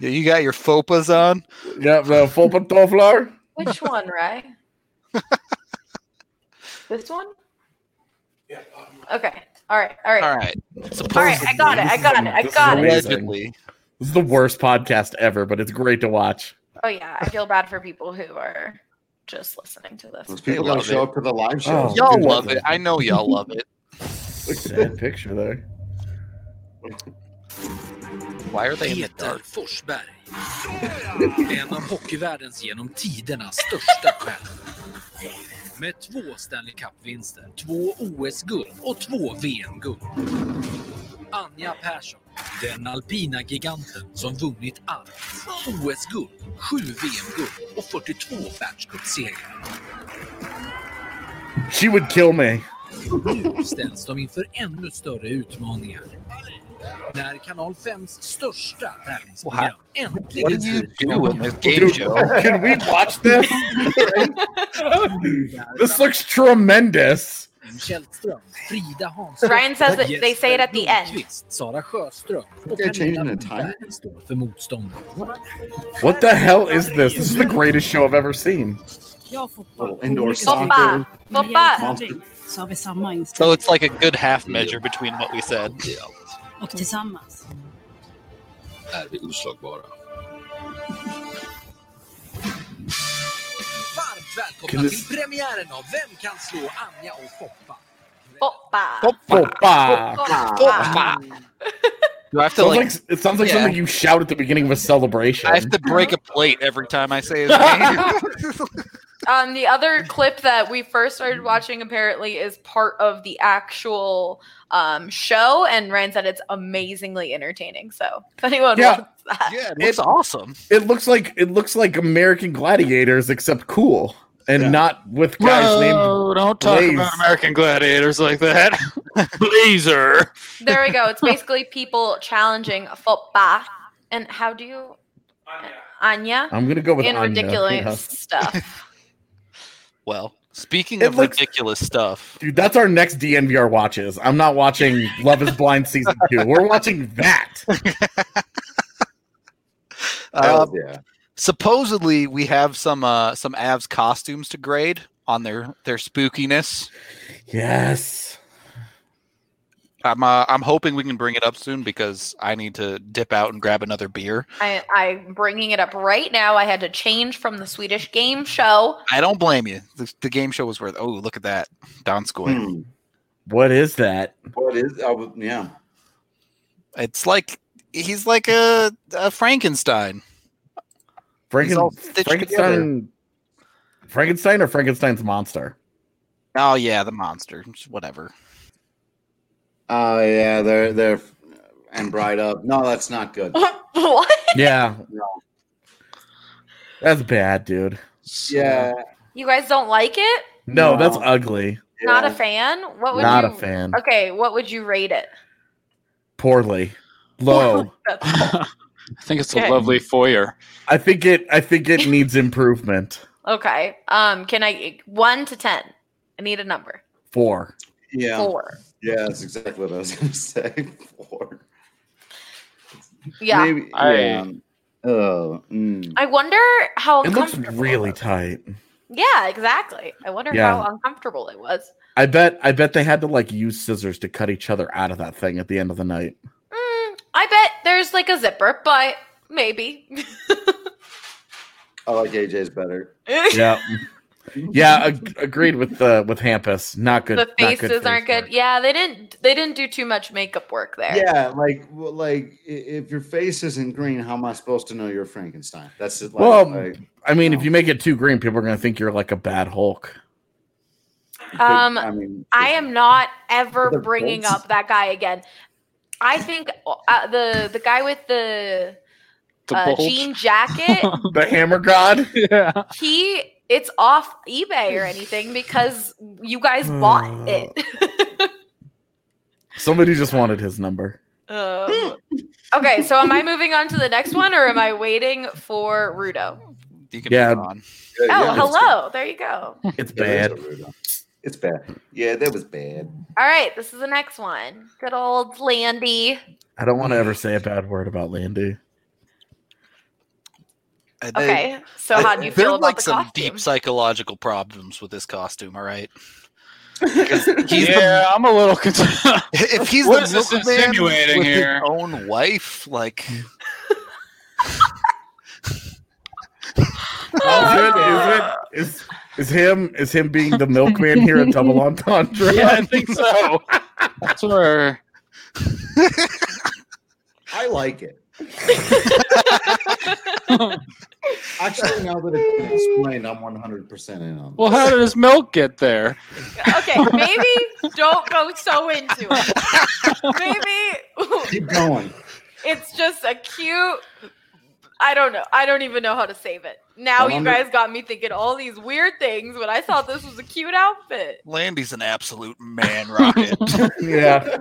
Speaker 1: Yeah, you got your FOPAs on.
Speaker 4: Yeah, the Fopatoflar.
Speaker 3: Which one, Ryan? this one? Yeah. Okay. All right. All right.
Speaker 1: All right.
Speaker 3: All right. I got it. I got it. I
Speaker 4: This is
Speaker 3: got it.
Speaker 4: amazing.
Speaker 1: Allegedly.
Speaker 4: This is the worst podcast ever, but it's great to watch.
Speaker 3: Oh yeah. I feel bad for people who are just listening to
Speaker 5: those
Speaker 3: this.
Speaker 5: people
Speaker 1: love
Speaker 5: don't show
Speaker 1: it.
Speaker 5: up to the live
Speaker 4: Oh,
Speaker 5: shows.
Speaker 4: Yo.
Speaker 1: Y'all
Speaker 4: dude,
Speaker 1: love
Speaker 4: that's
Speaker 1: it. I know y'all love it.
Speaker 4: Sad picture there.
Speaker 1: Why are they in the
Speaker 8: Peter
Speaker 1: dark?
Speaker 8: Forsberg. En av hockeyvärldens genom tiderna största stjärnor. Med två Stanley Cup-vinster, två OS-guld och två VM-guld. Anja Persson, den alpina giganten som vunnit allt. OS-guld, sju VM-guld och 42 världscupsegrar.
Speaker 4: She would kill me.
Speaker 8: Nu ställs de inför ännu större utmaningar. När Kanal 5s största tävlingsprogram
Speaker 1: What
Speaker 8: äntligen
Speaker 1: do you
Speaker 8: släpps
Speaker 1: do in this game
Speaker 4: Dude,
Speaker 1: show?
Speaker 4: can we watch this? this looks tremendous.
Speaker 8: Källström, Frida Hansson,
Speaker 3: Ryan says that they say it at the end.
Speaker 8: Lundqvist, Sara Sjöström och
Speaker 5: They're changing
Speaker 8: Pernilla
Speaker 5: the time.
Speaker 8: Lundberg står för motståndet.
Speaker 4: What the hell is this? This is the greatest show I've ever seen.
Speaker 7: Jag har
Speaker 5: Little
Speaker 7: fotboll.
Speaker 5: indoor soccer.
Speaker 3: Fopa.
Speaker 7: När det
Speaker 3: Fopa.
Speaker 7: gäller tävling Så har vi samma
Speaker 1: So
Speaker 7: inställning.
Speaker 1: it's like a good half measure between what we said.
Speaker 7: Och tillsammans.
Speaker 6: Är vi oslagbara?
Speaker 8: Varmt
Speaker 4: Kan
Speaker 8: välkomna
Speaker 4: du-
Speaker 8: till premiären av Vem kan slå Anja och Foppa?
Speaker 3: Fopa.
Speaker 4: Oh,
Speaker 1: Fopa.
Speaker 4: Opa.
Speaker 3: Fopa.
Speaker 1: Do I have to
Speaker 4: Sounds
Speaker 1: like?
Speaker 4: like, it sounds like
Speaker 1: Yeah.
Speaker 4: something you shout at the beginning of a celebration.
Speaker 1: I have to break a plate every time I say his name.
Speaker 3: Um, the other clip that we first started watching apparently is part of the actual um, show, and Ryan said it's amazingly entertaining. So if anyone
Speaker 4: Yeah.
Speaker 3: wants that,
Speaker 1: yeah, it's awesome.
Speaker 4: It looks like it looks like American Gladiators, except cool and
Speaker 5: Yeah.
Speaker 4: not with guys named.
Speaker 2: Whoa, don't talk
Speaker 4: Blaze.
Speaker 2: about American gladiators like that. Blazer.
Speaker 3: there we go. It's basically people challenging football. And how do you? Anya
Speaker 4: I'm gonna go with
Speaker 3: in
Speaker 4: Anya,
Speaker 3: ridiculous
Speaker 4: yeah.
Speaker 3: stuff.
Speaker 1: Well, speaking
Speaker 4: It
Speaker 1: of
Speaker 4: looks-
Speaker 1: ridiculous stuff,
Speaker 4: Dude, that's our next DNVR watches. I'm not watching Love is Blind season two. We're watching that.
Speaker 1: uh,
Speaker 5: Hell yeah.
Speaker 1: supposedly we have some uh, some Avs costumes to grade on their their spookiness.
Speaker 4: Yes.
Speaker 1: I'm uh, I'm hoping we can bring it up soon because I need to dip out and grab another beer.
Speaker 3: I, I'm bringing it up right now. I had to change from the Swedish game show.
Speaker 1: I don't blame you. The, the game show was worth. Oh, look at that, Don Scoy.
Speaker 5: Hmm.
Speaker 4: What is that?
Speaker 5: What is? I would- yeah.
Speaker 1: It's like he's like a, a Frankenstein. He's all
Speaker 4: Franken-
Speaker 1: stitched
Speaker 4: Frankenstein. Frankenstein or Frankenstein's monster?
Speaker 1: Oh yeah, the monster. Just Whatever.
Speaker 5: Oh yeah, they're they're and bright up. No, that's not good.
Speaker 3: Oh, what?
Speaker 4: Yeah. That's bad, dude.
Speaker 5: Yeah,
Speaker 3: You guys don't like it?
Speaker 4: No,
Speaker 5: No.
Speaker 4: that's ugly.
Speaker 3: Not a
Speaker 5: yeah.
Speaker 3: fan? What would
Speaker 4: Not
Speaker 3: you
Speaker 4: a fan.
Speaker 3: Okay, what would you rate it?
Speaker 4: Poorly. Low.
Speaker 2: I think it's
Speaker 3: Okay.
Speaker 2: a lovely foyer.
Speaker 4: I think it I think it needs improvement.
Speaker 3: Okay. Um, can I one to ten? I need a number.
Speaker 4: Four.
Speaker 5: yeah,
Speaker 3: Four.
Speaker 5: yeah. That's exactly what I was gonna say. Four.
Speaker 3: Yeah.
Speaker 5: Maybe,
Speaker 2: I-
Speaker 5: yeah. Oh, mm.
Speaker 3: I wonder how
Speaker 4: It looks
Speaker 3: uncomfortable.
Speaker 4: really
Speaker 3: it was.
Speaker 4: tight.
Speaker 3: Yeah, exactly. I wonder
Speaker 4: Yeah.
Speaker 3: how uncomfortable it was.
Speaker 4: I bet I bet they had to like use scissors to cut each other out of that thing at the end of the night.
Speaker 3: Mm, I bet there's like a zipper, but maybe.
Speaker 5: I like AJ's better.
Speaker 4: Yeah. Yeah, ag- agreed with uh, with Hampus. Not good.
Speaker 3: the
Speaker 4: not good
Speaker 3: faces aren't
Speaker 4: face
Speaker 3: good.
Speaker 4: work.
Speaker 3: Yeah, they didn't. They didn't do too much makeup work there.
Speaker 5: Yeah, like well, like i- if your face isn't green, how am I supposed to know you're Frankenstein? That's it. Like,
Speaker 4: Well,
Speaker 5: like,
Speaker 4: I mean, if you make it too green, people are gonna think you're like a bad Hulk.
Speaker 3: Um,
Speaker 5: I mean,
Speaker 3: I am not ever
Speaker 5: Other
Speaker 3: bringing
Speaker 5: bolts.
Speaker 3: up that guy again. I think uh, the the guy with the,
Speaker 2: The
Speaker 3: uh,
Speaker 2: bolt.
Speaker 3: jean jacket
Speaker 4: The Hammer God.
Speaker 2: yeah.
Speaker 3: he it's off eBay or anything because you guys bought it.
Speaker 4: Somebody just wanted his number.
Speaker 3: Um, okay, so am I moving on to the next one or am I waiting for Rudo?
Speaker 1: You can
Speaker 4: Yeah.
Speaker 1: move on.
Speaker 5: Yeah,
Speaker 3: Oh,
Speaker 5: yeah, it's-
Speaker 3: hello. There you go. All
Speaker 4: It's
Speaker 5: yeah, it
Speaker 4: bad.
Speaker 5: is a weird one. It's bad. Yeah, that was bad.
Speaker 3: right, this is the next one. Good old Landy.
Speaker 4: I don't want to ever say a bad word about Landy.
Speaker 1: Uh, they-
Speaker 3: Okay, so
Speaker 1: uh,
Speaker 3: how do you
Speaker 1: there
Speaker 3: feel
Speaker 1: are,
Speaker 3: about
Speaker 1: like
Speaker 3: the
Speaker 1: some
Speaker 3: costume?
Speaker 1: deep psychological problems with this costume? All right. 'Cause he's the
Speaker 2: yeah, I'm a little concerned.
Speaker 1: If he's
Speaker 2: What
Speaker 1: the
Speaker 2: is this
Speaker 1: milkman
Speaker 2: insinuating
Speaker 1: with
Speaker 2: here?
Speaker 1: his own wife, like
Speaker 4: Is, it, is, is him is him being the milkman here a double entendre?
Speaker 2: yeah, I think so. That's where
Speaker 5: I like it. Actually, now that it's been explained, I'm 100% in on
Speaker 2: Well, how did his milk get there?
Speaker 3: okay, maybe don't go so into it. Maybe
Speaker 5: this. Keep going.
Speaker 3: it's just a cute. I don't know. I don't even know how to save it. Now
Speaker 5: Well,
Speaker 3: you
Speaker 5: I'm-
Speaker 3: guys got me thinking all these weird things when I thought this was a cute outfit.
Speaker 1: Landy's an absolute man rocket.
Speaker 4: yeah.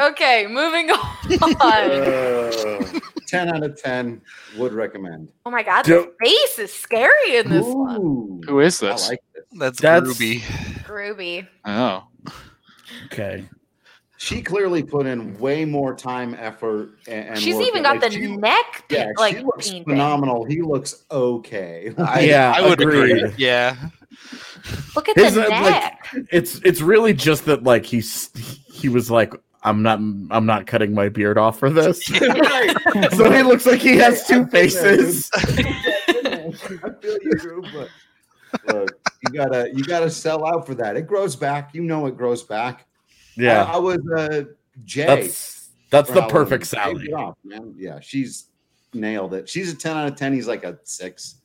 Speaker 3: Okay, moving on.
Speaker 5: Uh, 10 out of 10 would recommend.
Speaker 3: Oh my god, the
Speaker 4: Don't-
Speaker 3: face is scary in this one.
Speaker 5: Ooh,
Speaker 2: Who is
Speaker 5: I
Speaker 2: this?
Speaker 5: like it.
Speaker 1: That's,
Speaker 4: That's-
Speaker 1: groovy.
Speaker 3: Groovy.
Speaker 2: oh,
Speaker 4: Okay.
Speaker 5: She clearly put in way more time, effort, and, and
Speaker 3: She's
Speaker 5: work.
Speaker 3: even
Speaker 5: Like,
Speaker 3: got the
Speaker 5: she-
Speaker 3: neck
Speaker 5: Yeah,
Speaker 3: yeah,
Speaker 5: she
Speaker 3: like
Speaker 5: looks
Speaker 3: painted.
Speaker 5: phenomenal. He looks okay.
Speaker 1: I,
Speaker 4: yeah,
Speaker 1: I would agree.
Speaker 4: agreed.
Speaker 1: Yeah,
Speaker 3: Look at
Speaker 4: His,
Speaker 3: the
Speaker 4: uh, like-
Speaker 3: neck.
Speaker 4: It's it's really just that like he's he was like I'm not I'm not cutting my beard off for this. so he looks like he has two faces.
Speaker 5: I feel you, Drew, but look, you gotta you gotta sell out for that. It grows back. You know it grows back.
Speaker 4: Yeah.
Speaker 5: I, I was uh, Jay.
Speaker 4: That's that's
Speaker 5: for
Speaker 4: the
Speaker 5: Halloween.
Speaker 4: perfect
Speaker 5: Take it
Speaker 4: Sally.
Speaker 5: off, man. Yeah, she's nailed it. She's a ten out of ten. He's like a six.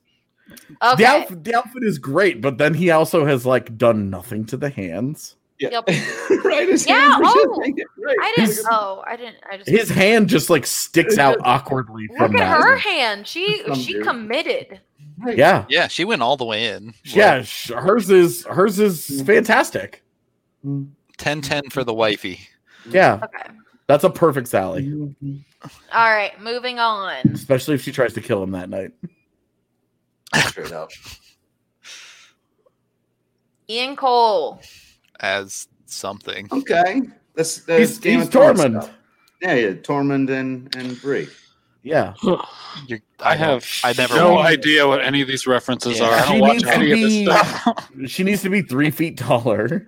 Speaker 3: Okay.
Speaker 4: The, outfit, the outfit is great, but then he also has like done nothing to the hands.
Speaker 5: Yeah,
Speaker 3: Yep.
Speaker 5: right. His
Speaker 3: Yeah,
Speaker 5: hands were just
Speaker 3: oh,
Speaker 5: like that, right.
Speaker 3: I didn't
Speaker 4: his-
Speaker 3: oh, I didn't I just
Speaker 4: His hand just like sticks out awkwardly
Speaker 3: Look
Speaker 4: from
Speaker 3: at
Speaker 4: that.
Speaker 3: her hand. She
Speaker 5: Some
Speaker 3: she
Speaker 5: dude.
Speaker 3: committed.
Speaker 5: Right.
Speaker 4: Yeah,
Speaker 1: yeah. She went all the way in.
Speaker 4: yeah. sh- Hers is hers
Speaker 5: Mm-hmm.
Speaker 4: is fantastic.
Speaker 1: 10 10 for the wifey.
Speaker 4: Yeah,
Speaker 3: Okay.
Speaker 4: That's a perfect
Speaker 5: Mm-hmm.
Speaker 4: Sally,
Speaker 3: All right, moving on.
Speaker 4: especially if she tries to kill him that night.
Speaker 5: Straight up.
Speaker 3: Ian Cole.
Speaker 1: as something.
Speaker 5: Okay. That's, that's
Speaker 4: He's,
Speaker 5: Game
Speaker 4: he's
Speaker 5: of Thrones
Speaker 4: Tormund.
Speaker 5: stuff. Yeah, yeah. Tormund and, and Bree.
Speaker 4: Yeah,
Speaker 1: You're,
Speaker 2: I have
Speaker 1: I never
Speaker 2: no
Speaker 1: watched.
Speaker 2: idea what any of these references
Speaker 1: Yeah.
Speaker 2: are. I
Speaker 4: She
Speaker 2: don't watch
Speaker 4: needs to
Speaker 2: any of this
Speaker 4: be-
Speaker 2: stuff.
Speaker 4: she needs to be three feet taller,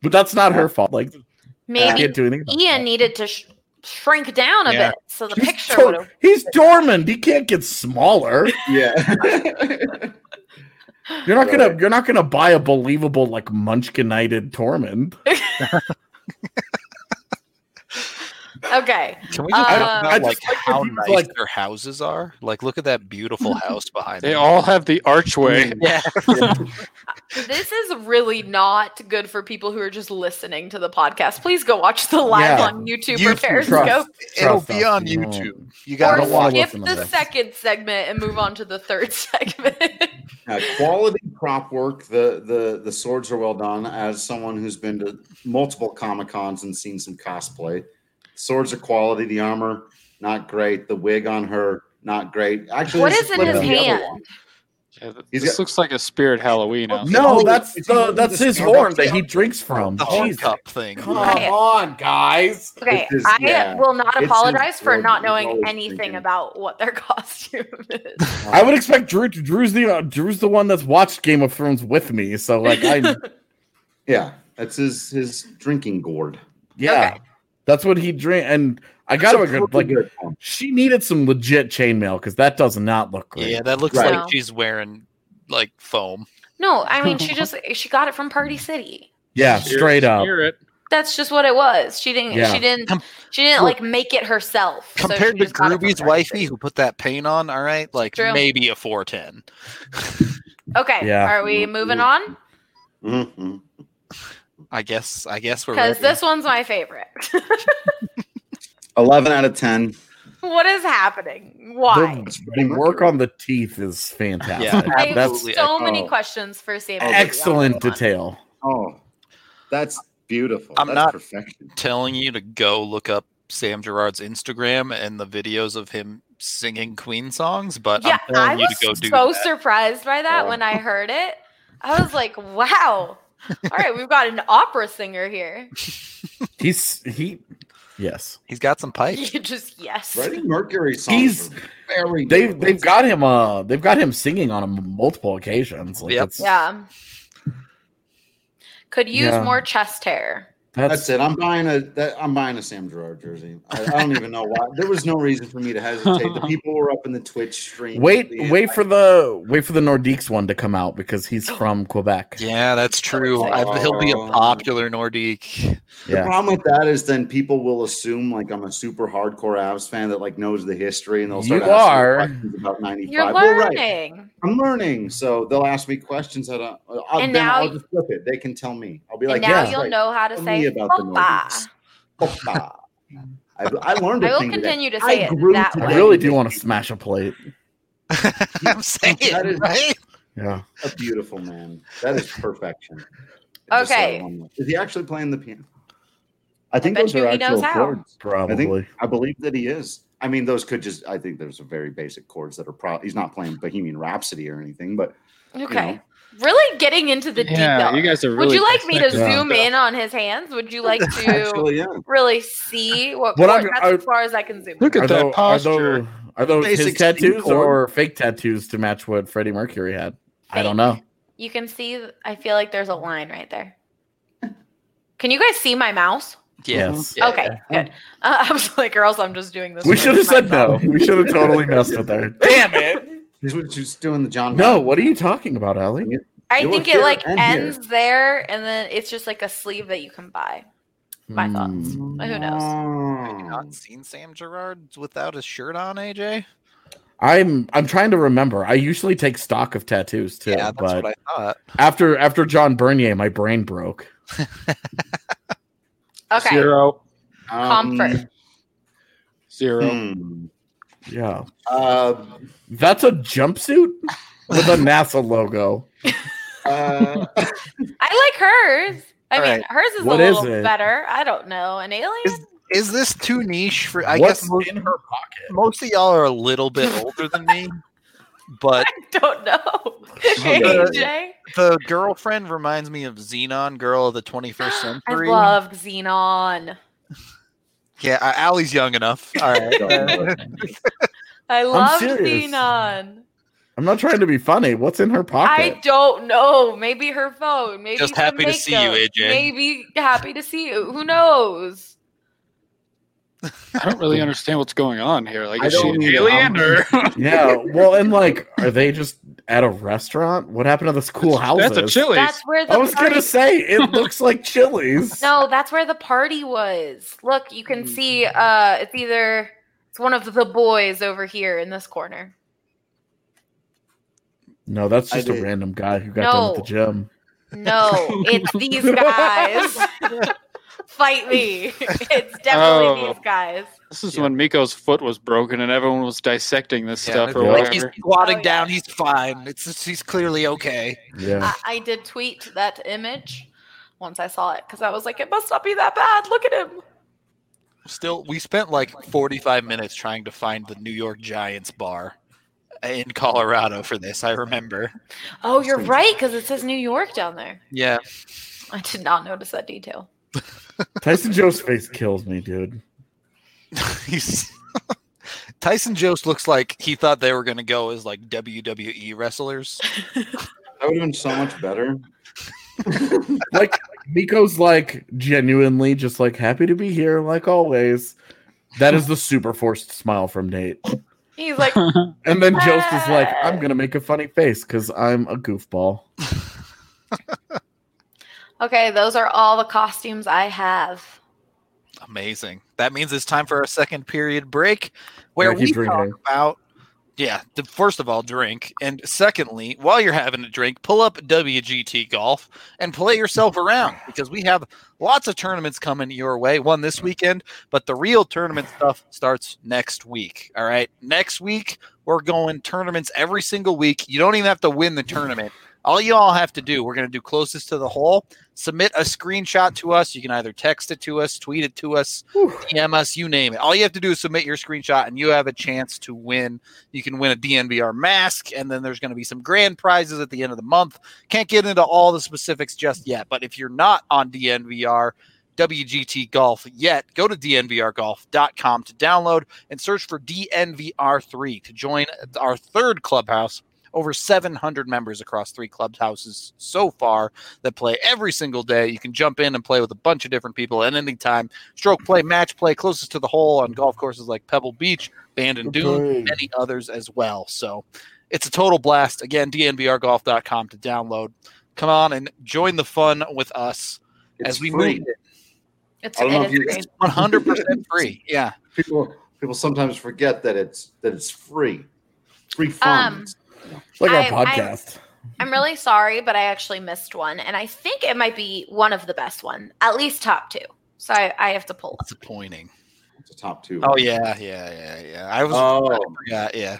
Speaker 4: but that's not her fault. Like, I
Speaker 3: Maybe
Speaker 4: can't do anything. about
Speaker 3: Ian
Speaker 4: that.
Speaker 3: needed to sh- shrink down a
Speaker 2: Yeah.
Speaker 3: bit so the
Speaker 4: Oh, He's
Speaker 3: picture
Speaker 4: Tor-
Speaker 3: would have.
Speaker 4: he's Tormund. He can't get smaller.
Speaker 5: Yeah.
Speaker 4: You're not gonna
Speaker 5: Right.
Speaker 4: you're not gonna buy a believable like munchkinited Tormund.
Speaker 3: Okay.
Speaker 1: Can we just
Speaker 3: Uh,
Speaker 1: talk
Speaker 4: I
Speaker 1: about
Speaker 4: just
Speaker 1: like
Speaker 4: like
Speaker 1: how
Speaker 4: the
Speaker 1: nice
Speaker 4: people, like-
Speaker 1: their houses are? Like, look at that beautiful house behind
Speaker 2: They
Speaker 1: them.
Speaker 2: all have the archway.
Speaker 1: yeah.
Speaker 3: This is really not good for people who are just listening to the podcast. Please go watch the live
Speaker 4: Yeah.
Speaker 3: on YouTube,
Speaker 1: You
Speaker 3: or Periscope
Speaker 1: It'll
Speaker 4: Trust
Speaker 1: be
Speaker 4: us,
Speaker 1: on
Speaker 4: you
Speaker 1: YouTube.
Speaker 4: won't.
Speaker 1: You
Speaker 4: I
Speaker 3: or
Speaker 1: gotta
Speaker 4: don't wanna
Speaker 1: watch.
Speaker 4: listen
Speaker 3: skip
Speaker 4: to
Speaker 3: the
Speaker 4: this.
Speaker 3: second segment and move on to the third segment.
Speaker 5: Uh, quality prop work. The the the swords are well done. As someone who's been to multiple comic cons and seen some cosplay, swords are quality. The armor not great. The wig on her not great. Actually,
Speaker 3: What
Speaker 5: this
Speaker 3: is in
Speaker 5: flipped
Speaker 4: his
Speaker 5: the other
Speaker 3: hand?
Speaker 5: one.
Speaker 2: Yeah, th-
Speaker 5: He's
Speaker 2: this
Speaker 5: got-
Speaker 2: looks like a spirit Halloween outfit.
Speaker 4: No,
Speaker 5: No,
Speaker 4: that's
Speaker 5: it's
Speaker 4: the
Speaker 5: not
Speaker 4: that's
Speaker 5: the
Speaker 4: his
Speaker 5: standard
Speaker 4: horn that
Speaker 5: cup.
Speaker 4: he drinks from.
Speaker 1: The horn
Speaker 4: Oh, Jesus.
Speaker 1: cup thing.
Speaker 4: Come
Speaker 3: Right.
Speaker 4: on, guys.
Speaker 3: okay,
Speaker 5: This is-
Speaker 3: I
Speaker 5: yeah.
Speaker 3: will not
Speaker 5: It's
Speaker 3: apologize for
Speaker 5: important.
Speaker 3: not
Speaker 5: We're
Speaker 3: knowing
Speaker 5: always
Speaker 3: anything
Speaker 5: thinking.
Speaker 3: about what their costume is.
Speaker 4: I would expect Drew. Drew's the uh, Drew's the one that's watched Game of Thrones with me, so like I
Speaker 5: Yeah, that's his his drinking gourd.
Speaker 4: yeah,
Speaker 3: Okay.
Speaker 4: that's what he drink. And I got to
Speaker 5: It's a
Speaker 4: agree, like
Speaker 5: pretty good one.
Speaker 4: she needed some legit chainmail because that does not look great.
Speaker 1: Yeah, that looks
Speaker 5: Right.
Speaker 1: like she's wearing like foam.
Speaker 3: no, I mean she just she got it from Party City.
Speaker 4: Yeah,
Speaker 2: Spirit-
Speaker 4: straight up.
Speaker 2: spirit.
Speaker 3: That's just what it was. She didn't.
Speaker 4: Yeah.
Speaker 3: She didn't.
Speaker 1: Com-
Speaker 3: She didn't
Speaker 1: look,
Speaker 3: like make it herself. so
Speaker 1: Compared
Speaker 3: she
Speaker 1: to
Speaker 3: just got it from
Speaker 1: Groovy's
Speaker 3: Party
Speaker 1: wifey
Speaker 3: City.
Speaker 1: who put that paint on, all right, like
Speaker 3: True.
Speaker 1: maybe a four ten.
Speaker 3: Okay.
Speaker 4: Yeah.
Speaker 3: Are we moving on?
Speaker 5: Mhm.
Speaker 1: I guess. I guess we're
Speaker 3: Because
Speaker 1: ready.
Speaker 3: this one's my favorite.
Speaker 5: Eleven out of ten.
Speaker 3: what is happening? Why?
Speaker 4: The, the work on the teeth is fantastic.
Speaker 1: Yeah,
Speaker 3: I have
Speaker 4: that's
Speaker 1: absolutely
Speaker 3: so
Speaker 5: I-
Speaker 3: many
Speaker 5: oh.
Speaker 3: questions for Sam. Elliott.
Speaker 4: excellent detail.
Speaker 5: Oh, that's beautiful.
Speaker 1: I'm
Speaker 5: that's
Speaker 1: not-
Speaker 5: perfection.
Speaker 1: telling you to go look up Sam Gerard's Instagram and the videos of him singing Queen songs, but um,
Speaker 3: Yeah,
Speaker 1: I'm
Speaker 3: I
Speaker 1: telling you
Speaker 3: was
Speaker 1: to go do
Speaker 3: so
Speaker 1: that.
Speaker 3: surprised by that
Speaker 5: Yeah.
Speaker 3: when I heard it. I was like, wow. All right, we've got an opera singer here.
Speaker 4: He's he. Yes,
Speaker 1: He's got some pipes.
Speaker 3: You just yes.
Speaker 5: Freddie Mercury songs.
Speaker 4: He's-
Speaker 5: are very
Speaker 4: they've
Speaker 5: good.
Speaker 4: they've got him. Uh, they've got him singing on him multiple occasions. Like
Speaker 1: Yep.
Speaker 4: it's,
Speaker 3: Yeah. Could use
Speaker 4: Yeah.
Speaker 3: more chest hair.
Speaker 4: that's,
Speaker 5: That's it. I'm buying a. That, I'm buying a Sam Gerard jersey. I, I don't even know why. There was no reason for me to hesitate. The people were up in the Twitch stream.
Speaker 4: Wait,
Speaker 5: The-
Speaker 4: wait for the wait for the Nordiques one to come out because he's from Quebec.
Speaker 1: Yeah, that's true. I, he'll be a
Speaker 5: Oh.
Speaker 1: popular Nordique.
Speaker 5: The
Speaker 4: Yeah.
Speaker 5: problem with that is then people will assume like I'm a super hardcore Avs fan that like knows the history and they'll start
Speaker 4: You
Speaker 5: asking me
Speaker 4: are.
Speaker 5: questions about '95.
Speaker 3: You're
Speaker 5: Well, right.
Speaker 3: learning.
Speaker 5: I'm learning, so they'll ask me questions that I, I'll,
Speaker 3: And
Speaker 5: then
Speaker 3: now-
Speaker 5: I'll just flip it. They can tell me. I'll be like,
Speaker 3: and now
Speaker 5: "Yes,
Speaker 3: you'll
Speaker 5: right.
Speaker 3: know how to
Speaker 5: Tell
Speaker 3: say
Speaker 5: me about the
Speaker 3: "Hoppa."
Speaker 5: Nordiques. Hoppa. I, I learned.
Speaker 3: I
Speaker 5: a
Speaker 3: will
Speaker 5: thing today.
Speaker 3: continue to
Speaker 5: I
Speaker 3: say
Speaker 5: grew
Speaker 3: it that
Speaker 5: to
Speaker 4: I
Speaker 3: way.
Speaker 4: really do want to smash a plate.
Speaker 1: I'm saying,
Speaker 5: That is-
Speaker 1: right?
Speaker 4: Yeah.
Speaker 5: A beautiful man. That is perfection. Just
Speaker 3: Okay.
Speaker 5: that one- Is he actually playing the piano? I think
Speaker 3: bet
Speaker 5: those
Speaker 3: you
Speaker 5: are
Speaker 3: he knows
Speaker 5: actual
Speaker 3: how.
Speaker 5: chords.
Speaker 4: Probably.
Speaker 5: I think I believe that he is. I mean, those could just. I think there's a very basic chords that are probably. He's not playing Bohemian Rhapsody or anything, but
Speaker 3: Okay. Really getting into the
Speaker 2: Yeah,
Speaker 3: detail.
Speaker 2: you guys are really.
Speaker 3: Would you like me to
Speaker 4: dissecting
Speaker 3: zoom in on his hands? Would you like
Speaker 5: you know,
Speaker 3: to
Speaker 5: actually, yeah.
Speaker 3: really see what?
Speaker 4: What
Speaker 3: chord-
Speaker 4: I'm-
Speaker 3: that's
Speaker 4: I-
Speaker 3: as far as I can zoom.
Speaker 2: Look
Speaker 3: in.
Speaker 2: at that
Speaker 4: Are
Speaker 2: posture.
Speaker 4: those, are those his
Speaker 5: Basic
Speaker 4: tattoos
Speaker 5: chord.
Speaker 4: or fake tattoos to match what Freddie Mercury had? I don't know.
Speaker 3: You can see. th- I feel like there's a line right there. Can you guys see my mouse?
Speaker 4: Yes.
Speaker 1: Yeah,
Speaker 3: okay, good. Uh, I was like, or else I'm just doing this.
Speaker 4: We
Speaker 3: with
Speaker 4: should have said
Speaker 3: myself.
Speaker 4: no. We should have totally messed with her. Damn it.
Speaker 5: He's was just doing the John.
Speaker 4: No, what are you talking about, Allie?
Speaker 3: I
Speaker 5: You
Speaker 3: think
Speaker 5: were
Speaker 3: it
Speaker 5: here
Speaker 3: like
Speaker 5: and here.
Speaker 3: ends there, and then it's just like a sleeve that you can buy. My thoughts.
Speaker 4: Hmm.
Speaker 3: Who knows?
Speaker 1: Have you not seen Sam Gerard without his shirt on, AJ?
Speaker 4: I'm I'm trying to remember. I usually take stock of tattoos too,
Speaker 1: yeah, that's
Speaker 4: but
Speaker 1: what I thought.
Speaker 4: after after John Bernier, my brain broke.
Speaker 3: Okay.
Speaker 2: Zero.
Speaker 5: Um,
Speaker 3: Comfort.
Speaker 2: Zero.
Speaker 5: hmm.
Speaker 4: Yeah.
Speaker 5: Uh,
Speaker 4: That's a jumpsuit with a NASA logo.
Speaker 5: uh,
Speaker 3: I like hers. I
Speaker 1: All
Speaker 3: mean,
Speaker 1: right.
Speaker 3: hers is
Speaker 4: What
Speaker 3: a
Speaker 4: is
Speaker 3: little
Speaker 4: it?
Speaker 3: better. I don't know. An alien?
Speaker 1: Is- Is this too niche for? I
Speaker 4: What's
Speaker 1: guess most,
Speaker 4: in her pocket?
Speaker 1: most of y'all are a little bit older than me, but
Speaker 3: Don't
Speaker 4: Oh,
Speaker 3: know. AJ?
Speaker 1: the girlfriend reminds me of Xenon Girl of the 21st
Speaker 3: I
Speaker 1: Century.
Speaker 3: love Xenon.
Speaker 1: yeah, uh, Allie's young enough. All right.
Speaker 3: I love
Speaker 4: serious.
Speaker 3: Xenon.
Speaker 4: I'm not trying to be funny. What's in her pocket?
Speaker 3: I don't know. Maybe her phone. Maybe
Speaker 1: Just
Speaker 3: some
Speaker 1: happy to see you,
Speaker 3: makeup,
Speaker 1: AJ.
Speaker 3: Maybe happy to see you. Who knows?
Speaker 2: I don't really understand what's going on here. Like,
Speaker 4: I
Speaker 2: is she
Speaker 4: don't
Speaker 2: an
Speaker 4: either.
Speaker 2: alien or
Speaker 4: yeah. Well, and like, are they just at a restaurant? What happened to this cool house?
Speaker 2: that's a Chili's?
Speaker 3: That's where the
Speaker 4: I was
Speaker 3: party-
Speaker 4: gonna say it looks like Chili's.
Speaker 3: No, that's where the party was. Look, you
Speaker 4: Mm.
Speaker 3: can see uh it's either it's one of the boys over here in this corner.
Speaker 4: No, that's
Speaker 5: I
Speaker 4: just a
Speaker 5: did.
Speaker 4: random guy who got
Speaker 3: No.
Speaker 4: done at the gym.
Speaker 3: No, it's these guys. Fight me. It's definitely
Speaker 2: Oh.
Speaker 3: these guys.
Speaker 2: This is
Speaker 1: Yeah.
Speaker 2: when Miko's foot was broken and everyone was dissecting this
Speaker 1: Yeah,
Speaker 2: stuff or
Speaker 4: Yeah.
Speaker 1: like he's
Speaker 2: whatever.
Speaker 1: squatting
Speaker 3: Oh, yeah.
Speaker 1: down. He's fine. It's just, he's clearly okay.
Speaker 4: Yeah.
Speaker 3: I, I did tweet that image once I saw it because I was like, it must not be that bad. Look at him.
Speaker 1: Still, we spent like 45 minutes trying to find the New York Giants bar in Colorado for this. I remember.
Speaker 3: Oh, you're right because it says New York down there.
Speaker 1: Yeah.
Speaker 3: I did not notice that detail.
Speaker 4: Tyson Joe's face kills me, dude.
Speaker 1: He's Tyson Jost looks like he thought they were going to go as like WWE wrestlers.
Speaker 5: That would have been so much better.
Speaker 4: Like Miko's like genuinely just like happy to be here, like always. That is the super forced smile from Nate.
Speaker 3: He's like,
Speaker 4: And then Jost is like, I'm gonna make a funny face because I'm a goofball.
Speaker 3: okay, those are all the costumes I have.
Speaker 1: Amazing. That means it's time for our second period break where
Speaker 4: Yeah, keep
Speaker 1: we
Speaker 4: drinking.
Speaker 1: talk about yeah, the, first of all, drink. And secondly, while you're having a drink, pull up WGT Golf and play yourself around because we have lots of tournaments coming your way. One this weekend, but the real tournament stuff starts next week. All right. Next week, we're going tournaments every single week. You don't even have to win the tournament. All you all have to do, we're going to do closest to the hole. Submit a screenshot to us. You can either text it to us, tweet it to us, DM us, you name it. All you have to do is submit your screenshot and you have a chance to win. You can win a DNVR mask, and then there's going to be some grand prizes at the end of the month. Can't get into all the specifics just yet, but if you're not on DNVR, WGT Golf yet, go to dnvrgolf.com to download and search for DNVR3 to join our third clubhouse. Over 700 members across three clubhouses so far that play every single day. You can jump in and play with a bunch of different people at any time. Stroke play, match play, closest to the hole on golf courses like Pebble Beach, Bandon Dune, many others as well. So it's a total blast. Again, dnvrgolf.com to download. Come on and join the fun with us
Speaker 5: It's
Speaker 1: as we
Speaker 5: free.
Speaker 1: move.
Speaker 3: It's
Speaker 5: I don't know if
Speaker 3: it is
Speaker 5: you-
Speaker 3: green.
Speaker 1: 100% free. Yeah.
Speaker 5: People people sometimes forget that it's that it's free. Free fun.
Speaker 3: Um,
Speaker 4: Like our
Speaker 3: I- I-
Speaker 4: podcast.
Speaker 3: I'm really sorry, but I actually missed one, and I think it might be one of the best one, at least top two. So I, I have to pull up.
Speaker 1: Disappointing.
Speaker 5: it's a top two.
Speaker 1: Oh, yeah. Yeah. Yeah. Yeah. I was.
Speaker 5: Oh,
Speaker 1: I forgot. Yeah.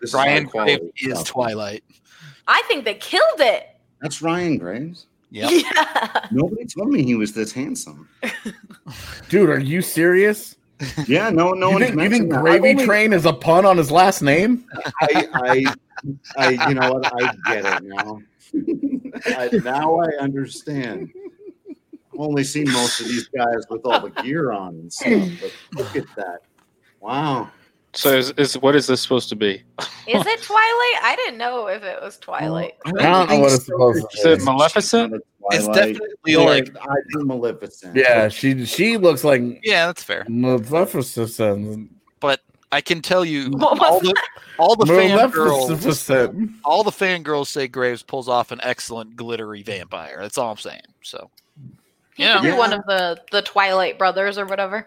Speaker 5: this is
Speaker 1: Ryan
Speaker 5: high quality
Speaker 1: Graves is
Speaker 5: stuff.
Speaker 1: Twilight.
Speaker 3: I think they killed it.
Speaker 5: That's Ryan Graves.
Speaker 1: Yep.
Speaker 3: Yeah.
Speaker 5: Nobody told me he was this handsome.
Speaker 4: Dude, are you serious?
Speaker 5: Yeah, no, no
Speaker 4: you
Speaker 5: one's
Speaker 4: think, you think
Speaker 5: mentioned that.
Speaker 4: Gravy
Speaker 5: I've only-
Speaker 4: Train is a pun on his last name?
Speaker 5: I, I, I, you know what? I get it now. I, now I understand. I've only seen most of these guys with all the gear on and stuff, but look at that. Wow.
Speaker 2: So is, is what is this supposed to be?
Speaker 3: Is it Twilight? I didn't know if it was Twilight.
Speaker 4: I don't know what it's supposed
Speaker 2: Is
Speaker 4: to
Speaker 2: it
Speaker 4: be.
Speaker 2: Maleficent?
Speaker 1: It's definitely like.
Speaker 5: like I think Maleficent.
Speaker 4: Yeah, she she looks like
Speaker 1: Yeah, that's fair.
Speaker 4: Maleficent.
Speaker 1: I can tell you
Speaker 3: What was
Speaker 1: all the, all the fangirls
Speaker 4: Maleficent.
Speaker 1: all the fangirls say Graves pulls off an excellent glittery vampire. That's all I'm saying. So
Speaker 3: He
Speaker 1: Yeah.
Speaker 3: could be one
Speaker 5: Yeah.
Speaker 3: of the the Twilight brothers or whatever.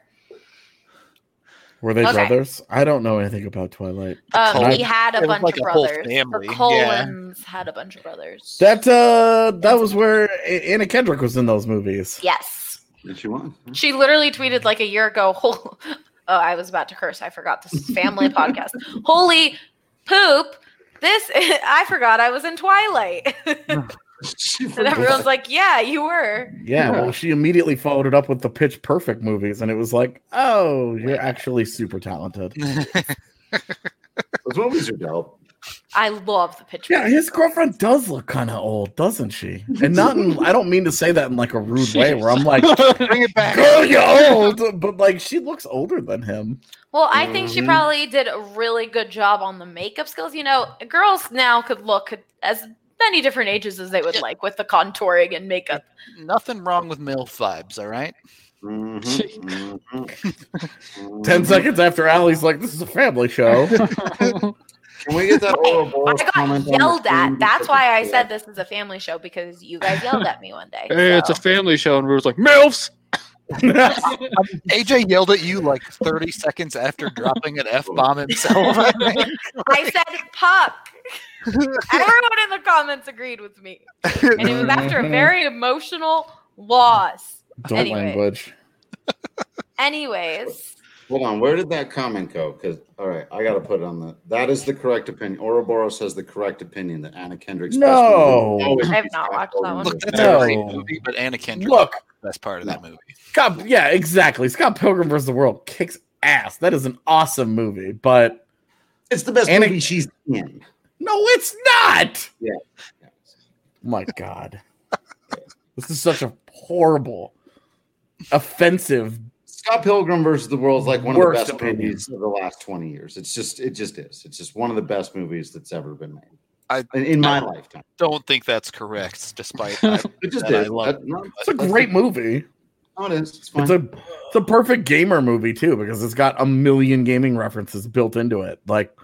Speaker 4: Were they
Speaker 3: Okay.
Speaker 4: brothers? I don't know anything about Twilight.
Speaker 3: Um,
Speaker 4: Cole-
Speaker 3: he had
Speaker 1: It
Speaker 3: a
Speaker 1: was
Speaker 3: bunch
Speaker 1: like
Speaker 3: of
Speaker 1: a whole
Speaker 3: brothers.
Speaker 1: family,
Speaker 3: The
Speaker 1: yeah.
Speaker 3: Colons had a bunch of brothers.
Speaker 4: That uh, that was where A- Anna Kendrick was in those movies.
Speaker 3: yes,
Speaker 5: And she won.
Speaker 3: she literally tweeted like a year ago. "Hol- Oh, I was about to curse. I forgot this is family podcast. Holy poop! This I forgot. I was in Twilight.
Speaker 5: She
Speaker 3: And
Speaker 5: forgot.
Speaker 3: everyone's like, yeah, you were.
Speaker 4: Yeah, well, she immediately followed it up with the Pitch Perfect movies, and it was like, oh, you're actually super talented.
Speaker 5: Those movies are dope.
Speaker 3: I love the picture.
Speaker 4: Yeah, his girlfriend does look kind of old, doesn't she? And not in, I don't mean to say that in like a rude way where I'm like,
Speaker 1: Bring it back.
Speaker 4: girl, you're old, but like she looks older than him.
Speaker 3: Well, I think she
Speaker 5: Mhm.
Speaker 3: probably did a really good job on the makeup skills. You know, girls now could look as many different ages as they would
Speaker 1: Yeah.
Speaker 3: like with the contouring and makeup.
Speaker 1: Nothing wrong with MILF vibes, all right?
Speaker 5: Mhm, mhm,
Speaker 4: Ten
Speaker 5: mhm.
Speaker 4: seconds after Allie's like, this is a family show.
Speaker 5: Can we get that
Speaker 3: Wait, Oh, I
Speaker 5: Ouroboros
Speaker 3: got
Speaker 5: Oh, comment on the
Speaker 3: yelled
Speaker 5: screen?
Speaker 3: at. That's why I said this is a family show because you guys yelled at me one day.
Speaker 2: Hey, it's a
Speaker 3: so-
Speaker 2: family show, and we was like, MILFs!
Speaker 1: AJ yelled at you like 30 seconds after dropping an F bomb himself. I think.
Speaker 3: I said puck. Everyone in the comments agreed with me, and it was after a very emotional loss.
Speaker 4: Adult
Speaker 3: Anyway.
Speaker 4: language.
Speaker 3: Anyways,
Speaker 5: Hold on, where did that comment go? Because all right, I got to put it on the. That is the correct opinion. Ouroboros has the correct opinion that Anna Kendrick's. best
Speaker 4: No.
Speaker 5: movie always
Speaker 3: I have
Speaker 5: beats
Speaker 3: not
Speaker 5: Black
Speaker 3: watched that
Speaker 5: Widow.
Speaker 3: one.
Speaker 1: Look, that's
Speaker 4: No.
Speaker 1: a great movie, but Anna Kendrick
Speaker 4: Look,
Speaker 1: is the best part of that movie.
Speaker 4: God, yeah, exactly. Scott Pilgrim vs. the World kicks ass. That is an awesome movie, but
Speaker 5: It's the best
Speaker 4: Anna-
Speaker 5: movie she's in.
Speaker 4: no, it's not.
Speaker 5: Yeah.
Speaker 4: My God. this is such a horrible, offensive.
Speaker 5: Scott Pilgrim versus the World is like one
Speaker 4: Worst
Speaker 5: of the best
Speaker 4: opinion.
Speaker 5: movies of the last twenty years. It's just, it just is. It's just one of the best movies that's ever been made.
Speaker 1: I-
Speaker 5: in, in my
Speaker 1: I-
Speaker 5: lifetime,
Speaker 1: Don't think that's correct, despite I,
Speaker 5: it just
Speaker 1: that I
Speaker 5: is.
Speaker 1: love
Speaker 5: That- no,
Speaker 4: It's a great movie.
Speaker 5: no, it is. It's fine.
Speaker 4: It's a it's a perfect gamer movie too because it's got a million gaming references built into it, like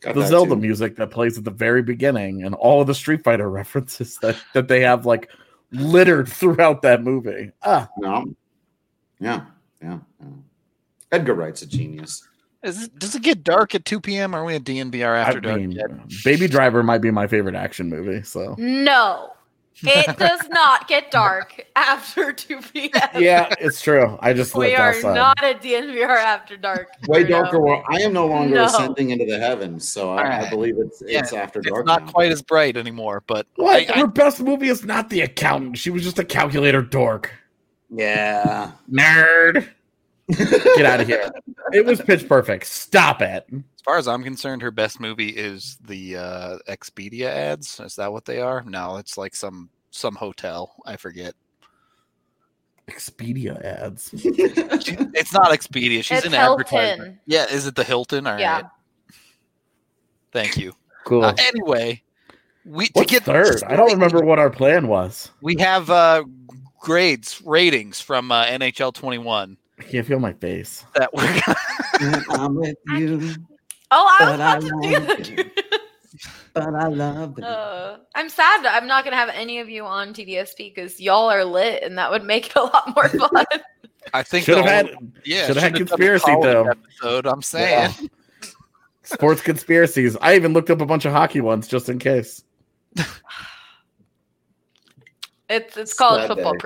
Speaker 5: Got
Speaker 4: the
Speaker 5: that
Speaker 4: Zelda
Speaker 5: too.
Speaker 4: music that plays at the very beginning and all of the Street Fighter references that that they have like littered throughout that movie. Ah,
Speaker 5: No. Yeah. Yeah. yeah. Edgar Wright's a genius.
Speaker 1: Is it, does it get dark at 2 p.m.? Are we at DNBR
Speaker 4: I
Speaker 1: after dark?
Speaker 4: mean,
Speaker 1: yet?
Speaker 4: Baby Driver might be my favorite action movie. So
Speaker 3: no, it does not get dark after 2 p.m.
Speaker 4: yeah, it's true. I just
Speaker 3: We
Speaker 4: lived
Speaker 3: are
Speaker 4: outside.
Speaker 3: not at DNVR after dark.
Speaker 5: Way
Speaker 3: Bruno.
Speaker 5: darker. World. I am no longer
Speaker 3: No.
Speaker 5: ascending into the heavens, so I, I
Speaker 1: Alright.
Speaker 5: believe it's it's after
Speaker 1: It's
Speaker 5: dark.
Speaker 1: not
Speaker 5: now.
Speaker 1: quite as bright anymore, but
Speaker 4: What?
Speaker 1: I- I-
Speaker 4: Her best movie is not The Accountant. She was just a calculator dork.
Speaker 5: Yeah.
Speaker 4: Nerd. Get out of here. It was pitch perfect. Stop it.
Speaker 1: as far as I'm concerned, her best movie is the uh, Expedia ads. Is that what they are? No, it's like some some hotel. I forget.
Speaker 4: Expedia ads.
Speaker 1: She- it's not Expedia. She's
Speaker 3: It's
Speaker 1: an advertiser.
Speaker 3: Hilton.
Speaker 1: Yeah, is it the Hilton? All right.
Speaker 3: Yeah.
Speaker 1: Thank you.
Speaker 4: Cool.
Speaker 1: Uh, anyway, we
Speaker 4: What's
Speaker 1: to get
Speaker 4: third? I don't remember what our plan was.
Speaker 1: We have uh, grades ratings from uh, NHL 21
Speaker 4: I can't feel my face.
Speaker 1: that we're gonna
Speaker 5: I'm with you,
Speaker 3: Oh, I was
Speaker 5: But I
Speaker 3: about to do
Speaker 5: love
Speaker 3: that.
Speaker 5: it.
Speaker 3: dude.
Speaker 5: but I love it.
Speaker 3: Uh, I'm sad that I'm not gonna have any of you on TDSP because y'all are lit, and that would make it a lot more fun.
Speaker 1: I think
Speaker 4: Should have
Speaker 1: the
Speaker 4: had
Speaker 1: whole- yeah,
Speaker 4: should've had
Speaker 1: done a
Speaker 4: conspiracy,
Speaker 1: college
Speaker 4: though.
Speaker 1: Episode, I'm saying.
Speaker 4: sports conspiracies. I even looked up a bunch of hockey ones just in case.
Speaker 3: It's it's called
Speaker 5: Sad
Speaker 3: football
Speaker 5: day.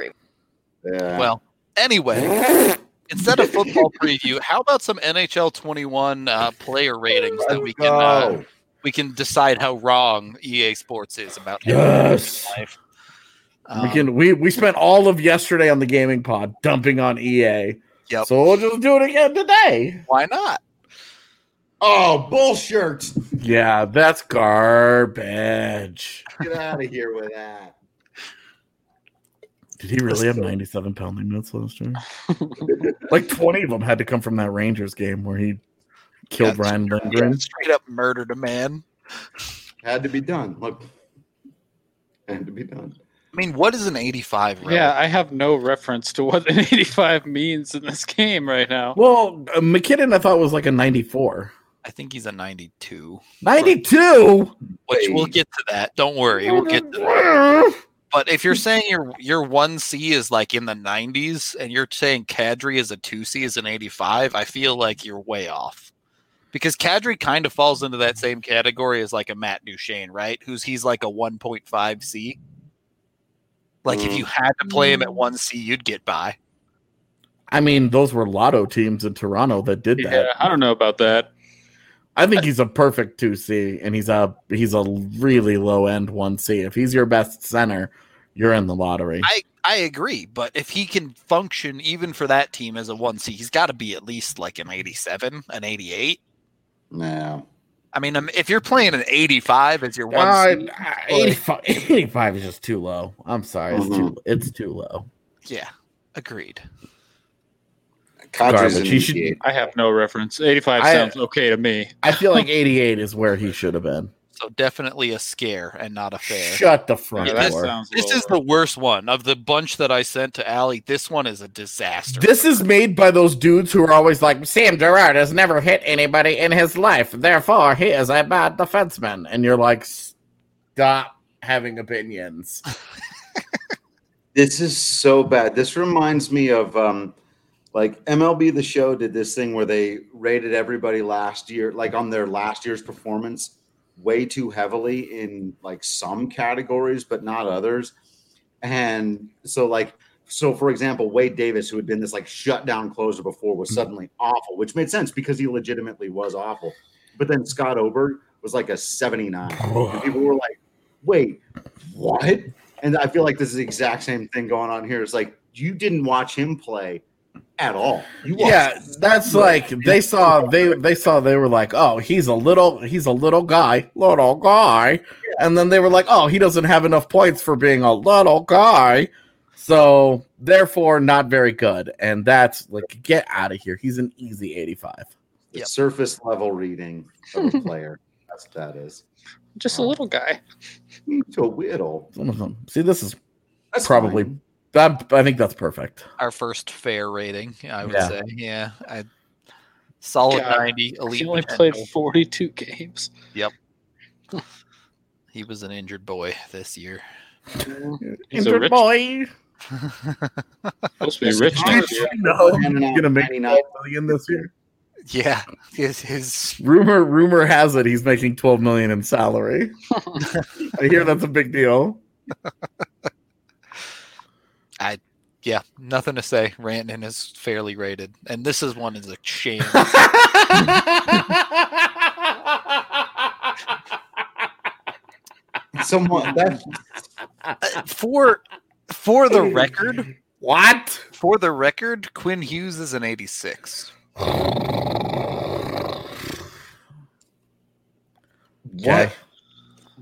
Speaker 3: preview.
Speaker 5: Yeah.
Speaker 1: Well, anyway, instead of football preview, how about some NHL 21 uh, player ratings that we can uh,
Speaker 5: Go.
Speaker 1: we can decide how wrong EA Sports is about
Speaker 4: Yes.
Speaker 1: life.
Speaker 4: we
Speaker 1: Um,
Speaker 4: can we we spent all of yesterday on the gaming pod dumping on EA.
Speaker 1: Yep.
Speaker 4: So we'll just do it again today.
Speaker 1: why not?
Speaker 5: oh, bullshirt.
Speaker 4: Yeah, that's garbage.
Speaker 5: Get out of here with that.
Speaker 4: Did he really have 97 penalty minutes last year? like 20 of them had to come from that Rangers game where he killed
Speaker 1: Yeah,
Speaker 4: Ryan
Speaker 1: Yeah,
Speaker 4: Lindgren.
Speaker 1: straight up murdered a man.
Speaker 5: Had to be done. Look, had to be done.
Speaker 1: I mean, what is an 85 rating?
Speaker 2: Yeah, I have no reference to what an 85 means in this game right now.
Speaker 4: Well, uh, McKinnon I thought was like a 94.
Speaker 1: I think he's a 92.
Speaker 4: 92?
Speaker 1: Which we'll
Speaker 5: Wait.
Speaker 1: get to that. Don't worry, we'll get to that. But if you're saying your your one C is like in the 90s, and you're saying Kadri is a two C is an 85, I feel like you're way off. Because Kadri kind of falls into that same category as like a Matt Duchene, right? Who's he's like a 1.5 C. Like if you had to play him at one C, you'd get by.
Speaker 4: I mean, those were lotto teams in Toronto that did that.
Speaker 2: Yeah, I don't know about that.
Speaker 4: I think he's a perfect two C, and he's a he's a really low end one C. If he's your best center, you're in the lottery.
Speaker 1: I I agree, but if he can function even for that team as a one C, he's got to be at least like an eighty-seven, an eighty-eight.
Speaker 5: No.
Speaker 1: I mean, um, if you're playing an eighty-five as your one
Speaker 4: God,
Speaker 1: C,
Speaker 4: I- 85, 85 is just too low. I'm sorry, it's
Speaker 1: Mm-hmm.
Speaker 4: too it's too low.
Speaker 1: yeah, agreed.
Speaker 5: Kadri's
Speaker 4: Garbage.
Speaker 5: an
Speaker 4: He should-
Speaker 5: 88.
Speaker 2: I have no reference. 85
Speaker 4: I-
Speaker 2: sounds okay to me.
Speaker 4: I feel like 88 is where he should have been.
Speaker 1: So definitely a scare and not a fair.
Speaker 4: Shut the
Speaker 2: Yeah,
Speaker 4: front
Speaker 2: that
Speaker 4: door.
Speaker 2: sounds
Speaker 1: This is the
Speaker 2: lower.
Speaker 1: worst one of the bunch that I sent to Allie. This one is a disaster.
Speaker 4: This is made by those dudes who are always like, Sam Gerard has never hit anybody in his life, therefore he is a bad defenseman. And you're like, stop having opinions.
Speaker 5: This is so bad. This reminds me of um, like MLB The Show did this thing where they rated everybody last year, like on their last year's performance, way too heavily in like some categories, but not others. And so, like, so for example, Wade Davis, who had been this like shutdown closer before, was suddenly awful, which made sense because he legitimately was awful. But then Scott Oberg was like a 79. And people were like, wait, what? And I feel like this is the exact same thing going on here. It's like you didn't watch him play at all. You watched
Speaker 4: yeah, that's like they saw they they saw they were like, oh, he's a little he's a little guy, little guy, and then they were like, oh, he doesn't have enough points for being a little guy, so therefore not very good. And that's like, get out of here. He's an easy eighty-five.
Speaker 5: the
Speaker 1: Yep.
Speaker 5: surface level reading of a player. That's what that is.
Speaker 2: just a little guy.
Speaker 5: To a whittle.
Speaker 4: Some of them. See, this is
Speaker 5: That's
Speaker 4: Probably.
Speaker 5: fine.
Speaker 4: that. I think that's perfect.
Speaker 1: our first fair rating. I would
Speaker 4: Yeah.
Speaker 1: say, yeah, I, solid
Speaker 2: God,
Speaker 1: ninety. Elite.
Speaker 2: He only
Speaker 1: potential.
Speaker 2: played 42 games.
Speaker 1: He was an injured boy this year.
Speaker 2: He's a rich,
Speaker 4: boy.
Speaker 2: supposed to be rich next year.
Speaker 4: No, he's
Speaker 5: Handing out
Speaker 4: gonna make
Speaker 5: 99.
Speaker 4: twelve million this year.
Speaker 1: Yeah, his his
Speaker 4: Rumor, rumor has it he's making twelve million in salary. I hear that's a big deal.
Speaker 1: yeah, nothing to say. Rantanen is fairly rated, and this is one is a shame.
Speaker 5: Someone that
Speaker 1: Uh, for for the record,
Speaker 4: What?
Speaker 1: for the record, Quinn Hughes is an eighty six.
Speaker 5: what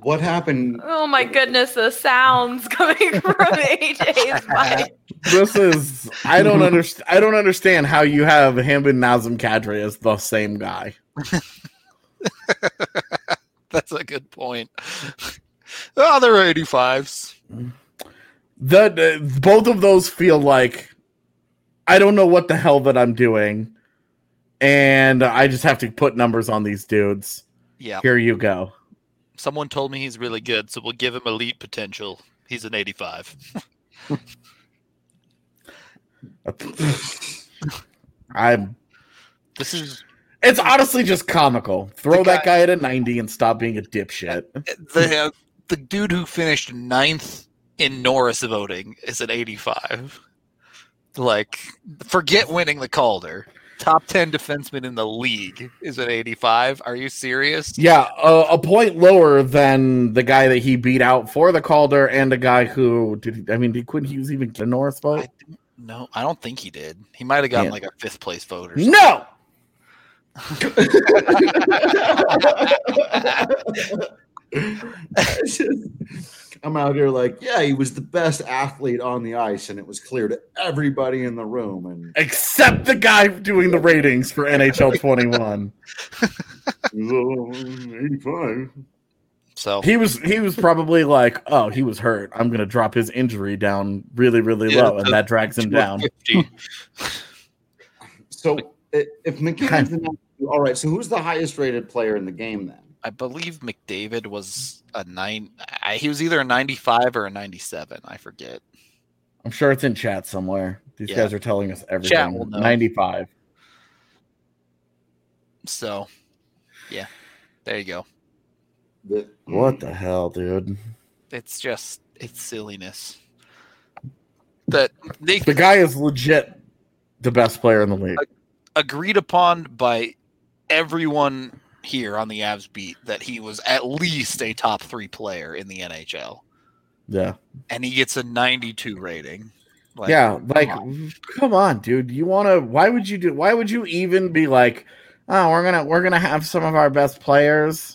Speaker 5: what happened?
Speaker 3: Oh my goodness, the sounds coming from AJ's mic.
Speaker 4: This is I don't understand. I don't understand how you have him and Nazem Kadri as the same guy.
Speaker 1: That's a good point. oh, they're eighty fives.
Speaker 4: The, the- both of those feel like I don't know what the hell that I'm doing, and I just have to put numbers on these dudes.
Speaker 1: Yeah,
Speaker 4: Here you go.
Speaker 1: someone told me he's really good, so we'll give him elite potential. He's an eighty five.
Speaker 4: I'm.
Speaker 1: This is
Speaker 4: It's honestly just comical. Throw
Speaker 1: The
Speaker 4: that guy at a ninety and stop being a dipshit.
Speaker 1: the uh, the dude who finished ninth in Norris voting is an 85. Like, forget winning the Calder. Top 10 defenseman in the league is an 85. Are you serious?
Speaker 4: Yeah, uh, a point lower than the guy that he beat out for the Calder, and a guy who did. I mean, did Quinn Hughes even get a Norris vote?
Speaker 1: I- No, I don't think he did. He might have gotten
Speaker 4: Yeah.
Speaker 1: like a fifth place vote or something.
Speaker 4: No.
Speaker 5: It's just- I'm out here like, yeah, he was the best athlete on the ice, and it was clear to everybody in the room. And
Speaker 4: Except the guy doing the ratings for NHL 21.
Speaker 5: "Oh, 85.
Speaker 1: So,
Speaker 4: He was he was probably like, oh, he was hurt. I'm gonna drop his injury down really, really
Speaker 1: Yeah,
Speaker 4: low, and that drags him down.
Speaker 1: 50.
Speaker 5: So i- if McKinnon's the all right, so who's the highest rated player in the game then?
Speaker 1: I believe McDavid was a nine. I, he was either a 95 or a 97. I forget.
Speaker 4: I'm sure it's in chat somewhere. These
Speaker 1: Yeah.
Speaker 4: guys are telling us everything.
Speaker 1: will know.
Speaker 4: 95.
Speaker 1: So, yeah, there you go.
Speaker 5: The-
Speaker 1: Mm.
Speaker 4: What the hell, dude?
Speaker 1: it's just it's silliness that they
Speaker 4: The guy is legit the best player in the league.
Speaker 1: agreed upon by everyone here on the Avs beat that he was at least a top three player in the NHL,
Speaker 4: Yeah.
Speaker 1: and he gets a 92 rating. Like,
Speaker 4: yeah, like
Speaker 1: come
Speaker 4: come on, dude. You want to why would you do why would you even be like, "Oh, we're going to we're going to have some of our best players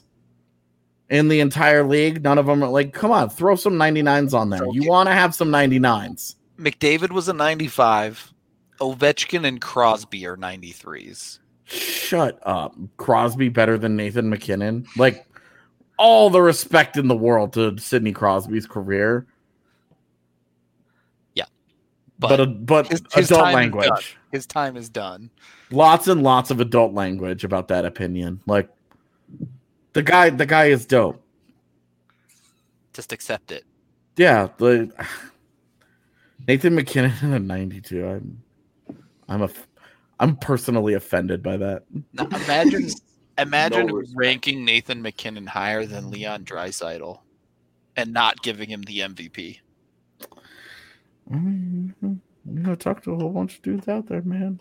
Speaker 4: in the entire league. None of them are like, come on, throw some 99s on there. You want to have some 99s."
Speaker 1: McDavid was a 95. Ovechkin and Crosby are 93s.
Speaker 4: Shut up. Crosby better than Nathan McKinnon? Like all the respect in the world to Sidney Crosby's career.
Speaker 1: Yeah.
Speaker 4: But
Speaker 1: But
Speaker 4: but,
Speaker 1: his- his
Speaker 4: adult
Speaker 1: time is done.
Speaker 4: language.
Speaker 1: His time is done.
Speaker 4: lots and lots of adult language about that opinion. Like the guy, the guy is dope.
Speaker 1: Just accept it.
Speaker 4: Yeah, the Nathan McKinnon in a ninety-two. I'm, I'm a, I'm personally offended by that.
Speaker 1: Now, imagine imagine
Speaker 5: No respect.
Speaker 1: ranking Nathan McKinnon higher than Leon Dreisidel and not giving him the MVP.
Speaker 4: Mm, You know, talk to a whole bunch of dudes out there, man.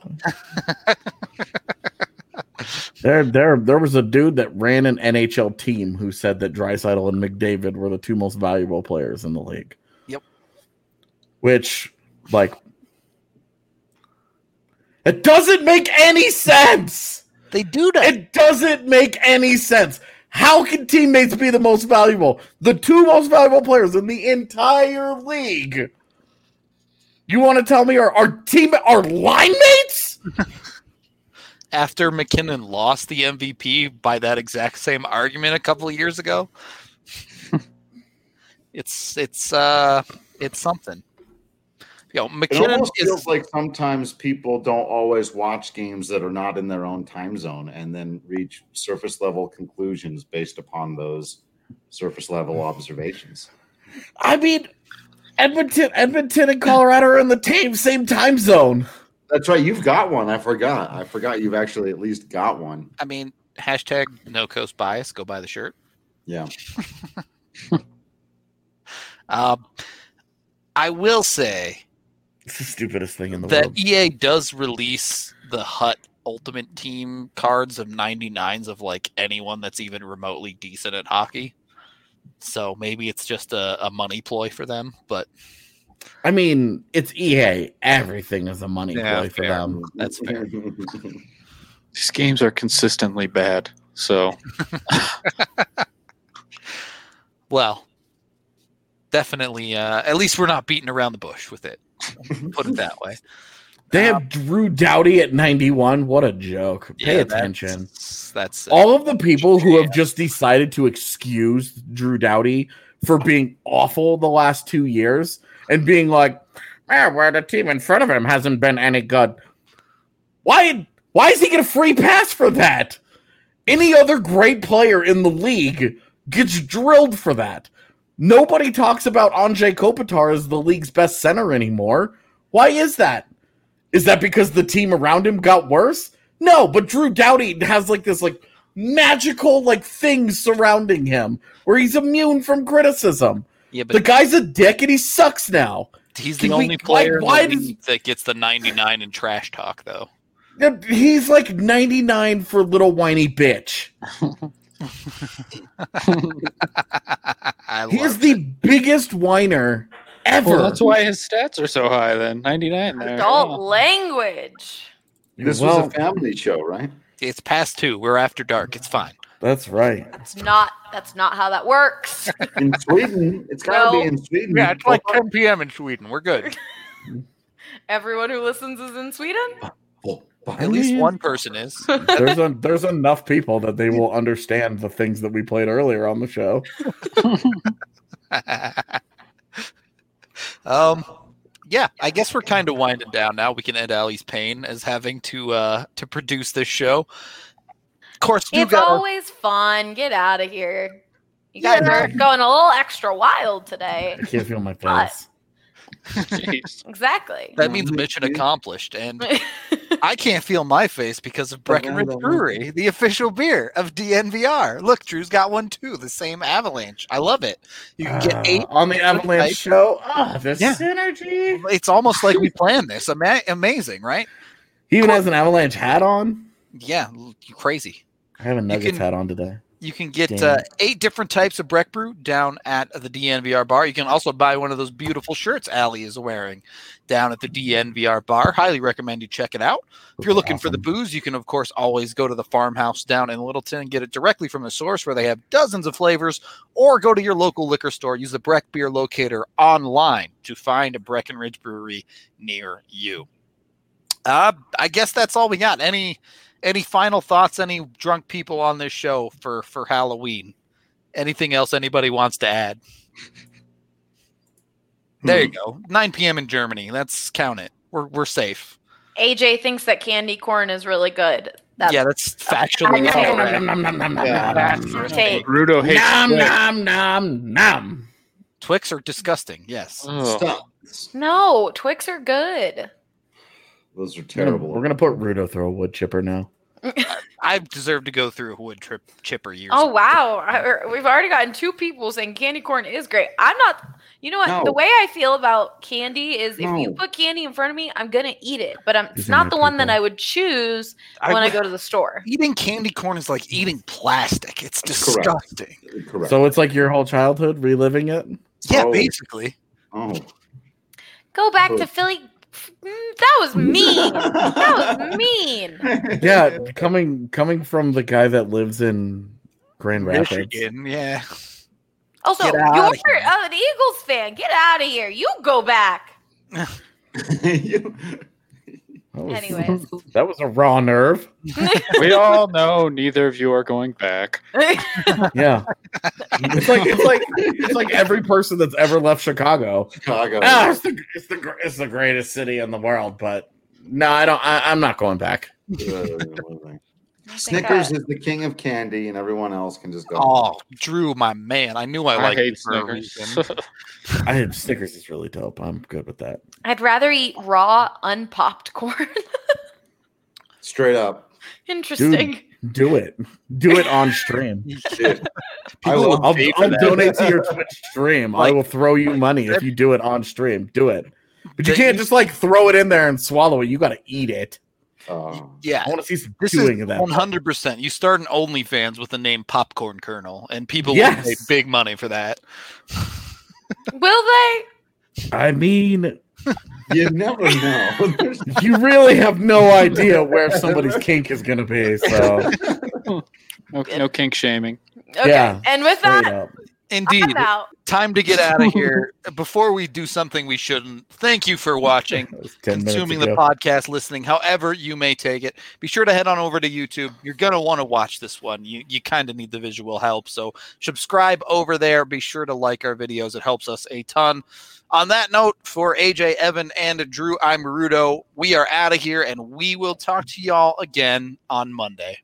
Speaker 4: there, there, there was a dude that ran an NHL team who said that Drysidle and McDavid were the two most valuable players in the league.
Speaker 1: Yep.
Speaker 4: Which, like, it doesn't make any sense.
Speaker 1: They do that.
Speaker 4: It doesn't make any sense. How can teammates be the most valuable? The two most valuable players in the entire league. You want to tell me our, our team our line mates?
Speaker 1: After McKinnon lost the MVP by that exact same argument a couple of years ago. it's it's uh it's something. Yo,
Speaker 5: It
Speaker 1: McKinnon
Speaker 5: almost
Speaker 1: is
Speaker 5: feels like sometimes people don't always watch games that are not in their own time zone and then reach surface level conclusions based upon those surface level
Speaker 4: Mm.
Speaker 5: observations.
Speaker 4: I mean, Edmonton, Edmonton and Colorado are in the same same time zone.
Speaker 5: That's right. You've got one. I forgot. I forgot you've actually at least got one.
Speaker 1: I mean, hashtag no coast bias, go buy the shirt.
Speaker 5: Yeah.
Speaker 1: Um, I will say
Speaker 4: It's the stupidest thing in the
Speaker 1: that
Speaker 4: world.
Speaker 1: EA does release the Hut Ultimate Team cards of 99s of like anyone that's even remotely decent at hockey. So maybe it's just a, a money ploy for them, but
Speaker 4: I mean, it's EA. Everything is a money
Speaker 1: Yeah,
Speaker 4: play for
Speaker 1: fair.
Speaker 4: them.
Speaker 1: That's fair.
Speaker 2: These games are consistently bad. So
Speaker 1: well, definitely. Uh, at least we're not beating around the bush with it. Put it that way.
Speaker 4: They have Drew Dowdy at 91. What a joke. Pay
Speaker 1: Yeah,
Speaker 4: attention.
Speaker 1: That's, that's it.
Speaker 4: all of the people who have just decided to excuse Drew Doughty for being awful the last two years and being like, eh, where the team in front of him hasn't been any good. Why why is he get a free pass for that? Any other great player in the league gets drilled for that. Nobody talks about Andre Kopitar as the league's best center anymore. Why is that? Is that because the team around him got worse? No, but Drew Doughty has like this like magical like thing surrounding him where he's immune from criticism.
Speaker 1: yeah,
Speaker 4: The
Speaker 1: but
Speaker 4: guy's a dick and he sucks now.
Speaker 1: he's the
Speaker 4: can we-
Speaker 1: only
Speaker 4: why-
Speaker 1: player in the
Speaker 4: why does-
Speaker 1: league that gets the 99 in trash talk, though.
Speaker 4: Yeah, He's like 99 for little whiny bitch.
Speaker 1: I
Speaker 4: He is
Speaker 1: love
Speaker 4: the biggest whiner ever.
Speaker 2: well, that's why his stats are so high. Then ninety nine. There. Oh,
Speaker 3: Adult language.
Speaker 5: this
Speaker 4: Well,
Speaker 5: was a family show, right?
Speaker 1: It's past two. We're after dark. It's fine.
Speaker 4: that's right.
Speaker 3: It's not. That's not how that works.
Speaker 5: In Sweden. It's got to
Speaker 3: No.
Speaker 5: be in Sweden.
Speaker 1: Yeah, it's like 10 p.m. in Sweden. We're good.
Speaker 3: Everyone who listens is in Sweden.
Speaker 1: At least one person is.
Speaker 4: there's a, there's enough people that they will understand the things that we played earlier on the show.
Speaker 1: um, yeah, I guess we're kind of winding down now. We can end Ali's pain as having to uh to produce this show. Of course, you
Speaker 3: It's
Speaker 1: got our-
Speaker 3: always fun. Get out of here. You guys
Speaker 4: Yeah.
Speaker 3: are going a little extra wild today.
Speaker 4: I can't feel my
Speaker 3: Hot.
Speaker 4: face.
Speaker 2: Jeez.
Speaker 3: Exactly.
Speaker 1: that means mission accomplished, and I can't feel my face because of Breckenridge Brewery, the official beer of DNVR. Look, Drew's got one too. The same Avalanche. I love it. You can
Speaker 4: Uh,
Speaker 1: get eight
Speaker 4: on the Avalanche
Speaker 1: type.
Speaker 4: show. Ah, the
Speaker 1: Yeah.
Speaker 4: synergy.
Speaker 1: It's almost like we planned this. Ama- amazing, right?
Speaker 4: He even has an Avalanche hat on.
Speaker 1: Yeah, l- you crazy.
Speaker 4: I have a Nuggets
Speaker 1: can-
Speaker 4: hat on today.
Speaker 1: You can get
Speaker 4: Damn.
Speaker 1: uh, eight different types of Breck Brew down at the DNVR bar. You can also buy one of those beautiful shirts Allie is wearing down at the DNVR bar. Highly recommend you check it out. If you're looking for the booze, you can, of course, always go to the farmhouse down in Littleton and get it directly from the source where they have dozens of flavors, or go to your local liquor store. Use the Breck Beer Locator online to find a Breckenridge brewery near you. Uh, I guess that's all we got. Any any final thoughts any drunk people on this show for for halloween anything else anybody wants to add
Speaker 4: hmm,
Speaker 1: there you go 9 p.m in germany let's count it we're, we're safe
Speaker 3: AJ thinks that candy corn is really good. That's
Speaker 1: yeah that's factually correct.
Speaker 3: your take.
Speaker 2: Rudo hates
Speaker 4: Nom
Speaker 2: Twix.
Speaker 4: nom nom nom.
Speaker 1: twix are disgusting yes
Speaker 3: Mm.
Speaker 2: Ugh.
Speaker 8: Stop.
Speaker 3: No, Twix are good.
Speaker 5: Hmm, Those
Speaker 4: We're
Speaker 5: are
Speaker 4: gonna-
Speaker 5: terrible.
Speaker 4: We're gonna put Rudo through a wood chipper now.
Speaker 1: i deserve to go through a wood trip chipper years
Speaker 3: Oh wow, I- we've already gotten two people saying candy corn is great. I'm not. You know what?
Speaker 5: No.
Speaker 3: The way I feel about candy is if you
Speaker 5: No.
Speaker 3: put candy in front of me, I'm gonna eat it. But I'm, it's
Speaker 4: These are
Speaker 3: not
Speaker 4: my
Speaker 3: the one that
Speaker 4: people.
Speaker 3: I would choose
Speaker 1: I
Speaker 3: when I
Speaker 1: would-
Speaker 3: go to the store.
Speaker 1: eating candy corn is like eating plastic it's
Speaker 5: Correct.
Speaker 1: disgusting
Speaker 5: Correct.
Speaker 4: So it's like your whole childhood reliving it.
Speaker 1: yeah
Speaker 5: Oh.
Speaker 1: basically
Speaker 5: oh.
Speaker 3: Go back to
Speaker 5: Oh.
Speaker 3: Philly. Mm, That was mean. that was mean.
Speaker 4: Yeah, coming coming from the guy that lives in Grand Rapids.
Speaker 1: Michigan, yeah
Speaker 3: Also,
Speaker 1: Get
Speaker 3: you're
Speaker 1: outta here.
Speaker 3: an Eagles fan. Get out of here. You go back.
Speaker 5: You-
Speaker 4: That was-
Speaker 3: Anyways.
Speaker 4: that was a raw nerve.
Speaker 2: we all know neither of you are going back.
Speaker 4: Yeah, it's like it's like it's like every person that's ever left Chicago.
Speaker 5: Chicago.
Speaker 4: Ah, it's the it's the gr- it's the greatest city in the world, but no, I don't. I, I'm not going back.
Speaker 5: Snickers is the king of candy, and everyone else can just go.
Speaker 1: oh drew my man i knew i
Speaker 2: I
Speaker 1: liked you
Speaker 2: hate
Speaker 1: for a
Speaker 2: Snickers.
Speaker 1: reason.
Speaker 4: I have Snickers is really dope. I'm good with that.
Speaker 3: I'd rather eat raw, unpopped corn.
Speaker 5: Straight up.
Speaker 3: Interesting.
Speaker 4: Do it. Do it on stream.
Speaker 5: Dude, I
Speaker 1: People
Speaker 5: will-
Speaker 1: would
Speaker 4: I'll,
Speaker 1: pay for
Speaker 4: I'll
Speaker 1: that.
Speaker 4: donate to your Twitch stream. I
Speaker 1: Like-
Speaker 4: will throw you money if you do it on stream. Do it. But you
Speaker 1: That
Speaker 4: can't
Speaker 1: you-
Speaker 4: just like throw it in there and swallow it. You got to eat it.
Speaker 5: oh.
Speaker 1: yeah
Speaker 4: I want to see some
Speaker 1: This
Speaker 4: chewing
Speaker 1: is
Speaker 4: of that.
Speaker 1: one hundred percent. You start an OnlyFans with the name Popcorn Kernel, and people
Speaker 4: Yes.
Speaker 1: will pay big money for that.
Speaker 3: Will they?
Speaker 4: I mean,
Speaker 5: You never know. There's-
Speaker 4: you really have no idea where somebody's kink is going to be. So,
Speaker 2: No, no kink shaming.
Speaker 3: Okay.
Speaker 4: Yeah.
Speaker 3: And with
Speaker 4: straight
Speaker 3: that,
Speaker 4: up.
Speaker 1: Indeed,
Speaker 3: I'm out.
Speaker 1: time to get out of here before we do something we shouldn't. Thank you for watching.
Speaker 4: That was 10 minutes
Speaker 1: consuming the
Speaker 4: ago.
Speaker 1: podcast, listening, however you may take it. Be sure to head on over to YouTube. You're gonna want to watch this one. You you kind of need the visual help, so subscribe over there. Be sure to like our videos; it helps us a ton. On that note, for AJ, Evan, and Drew, I'm Rudo. We are out of here, and we will talk to y'all again on Monday.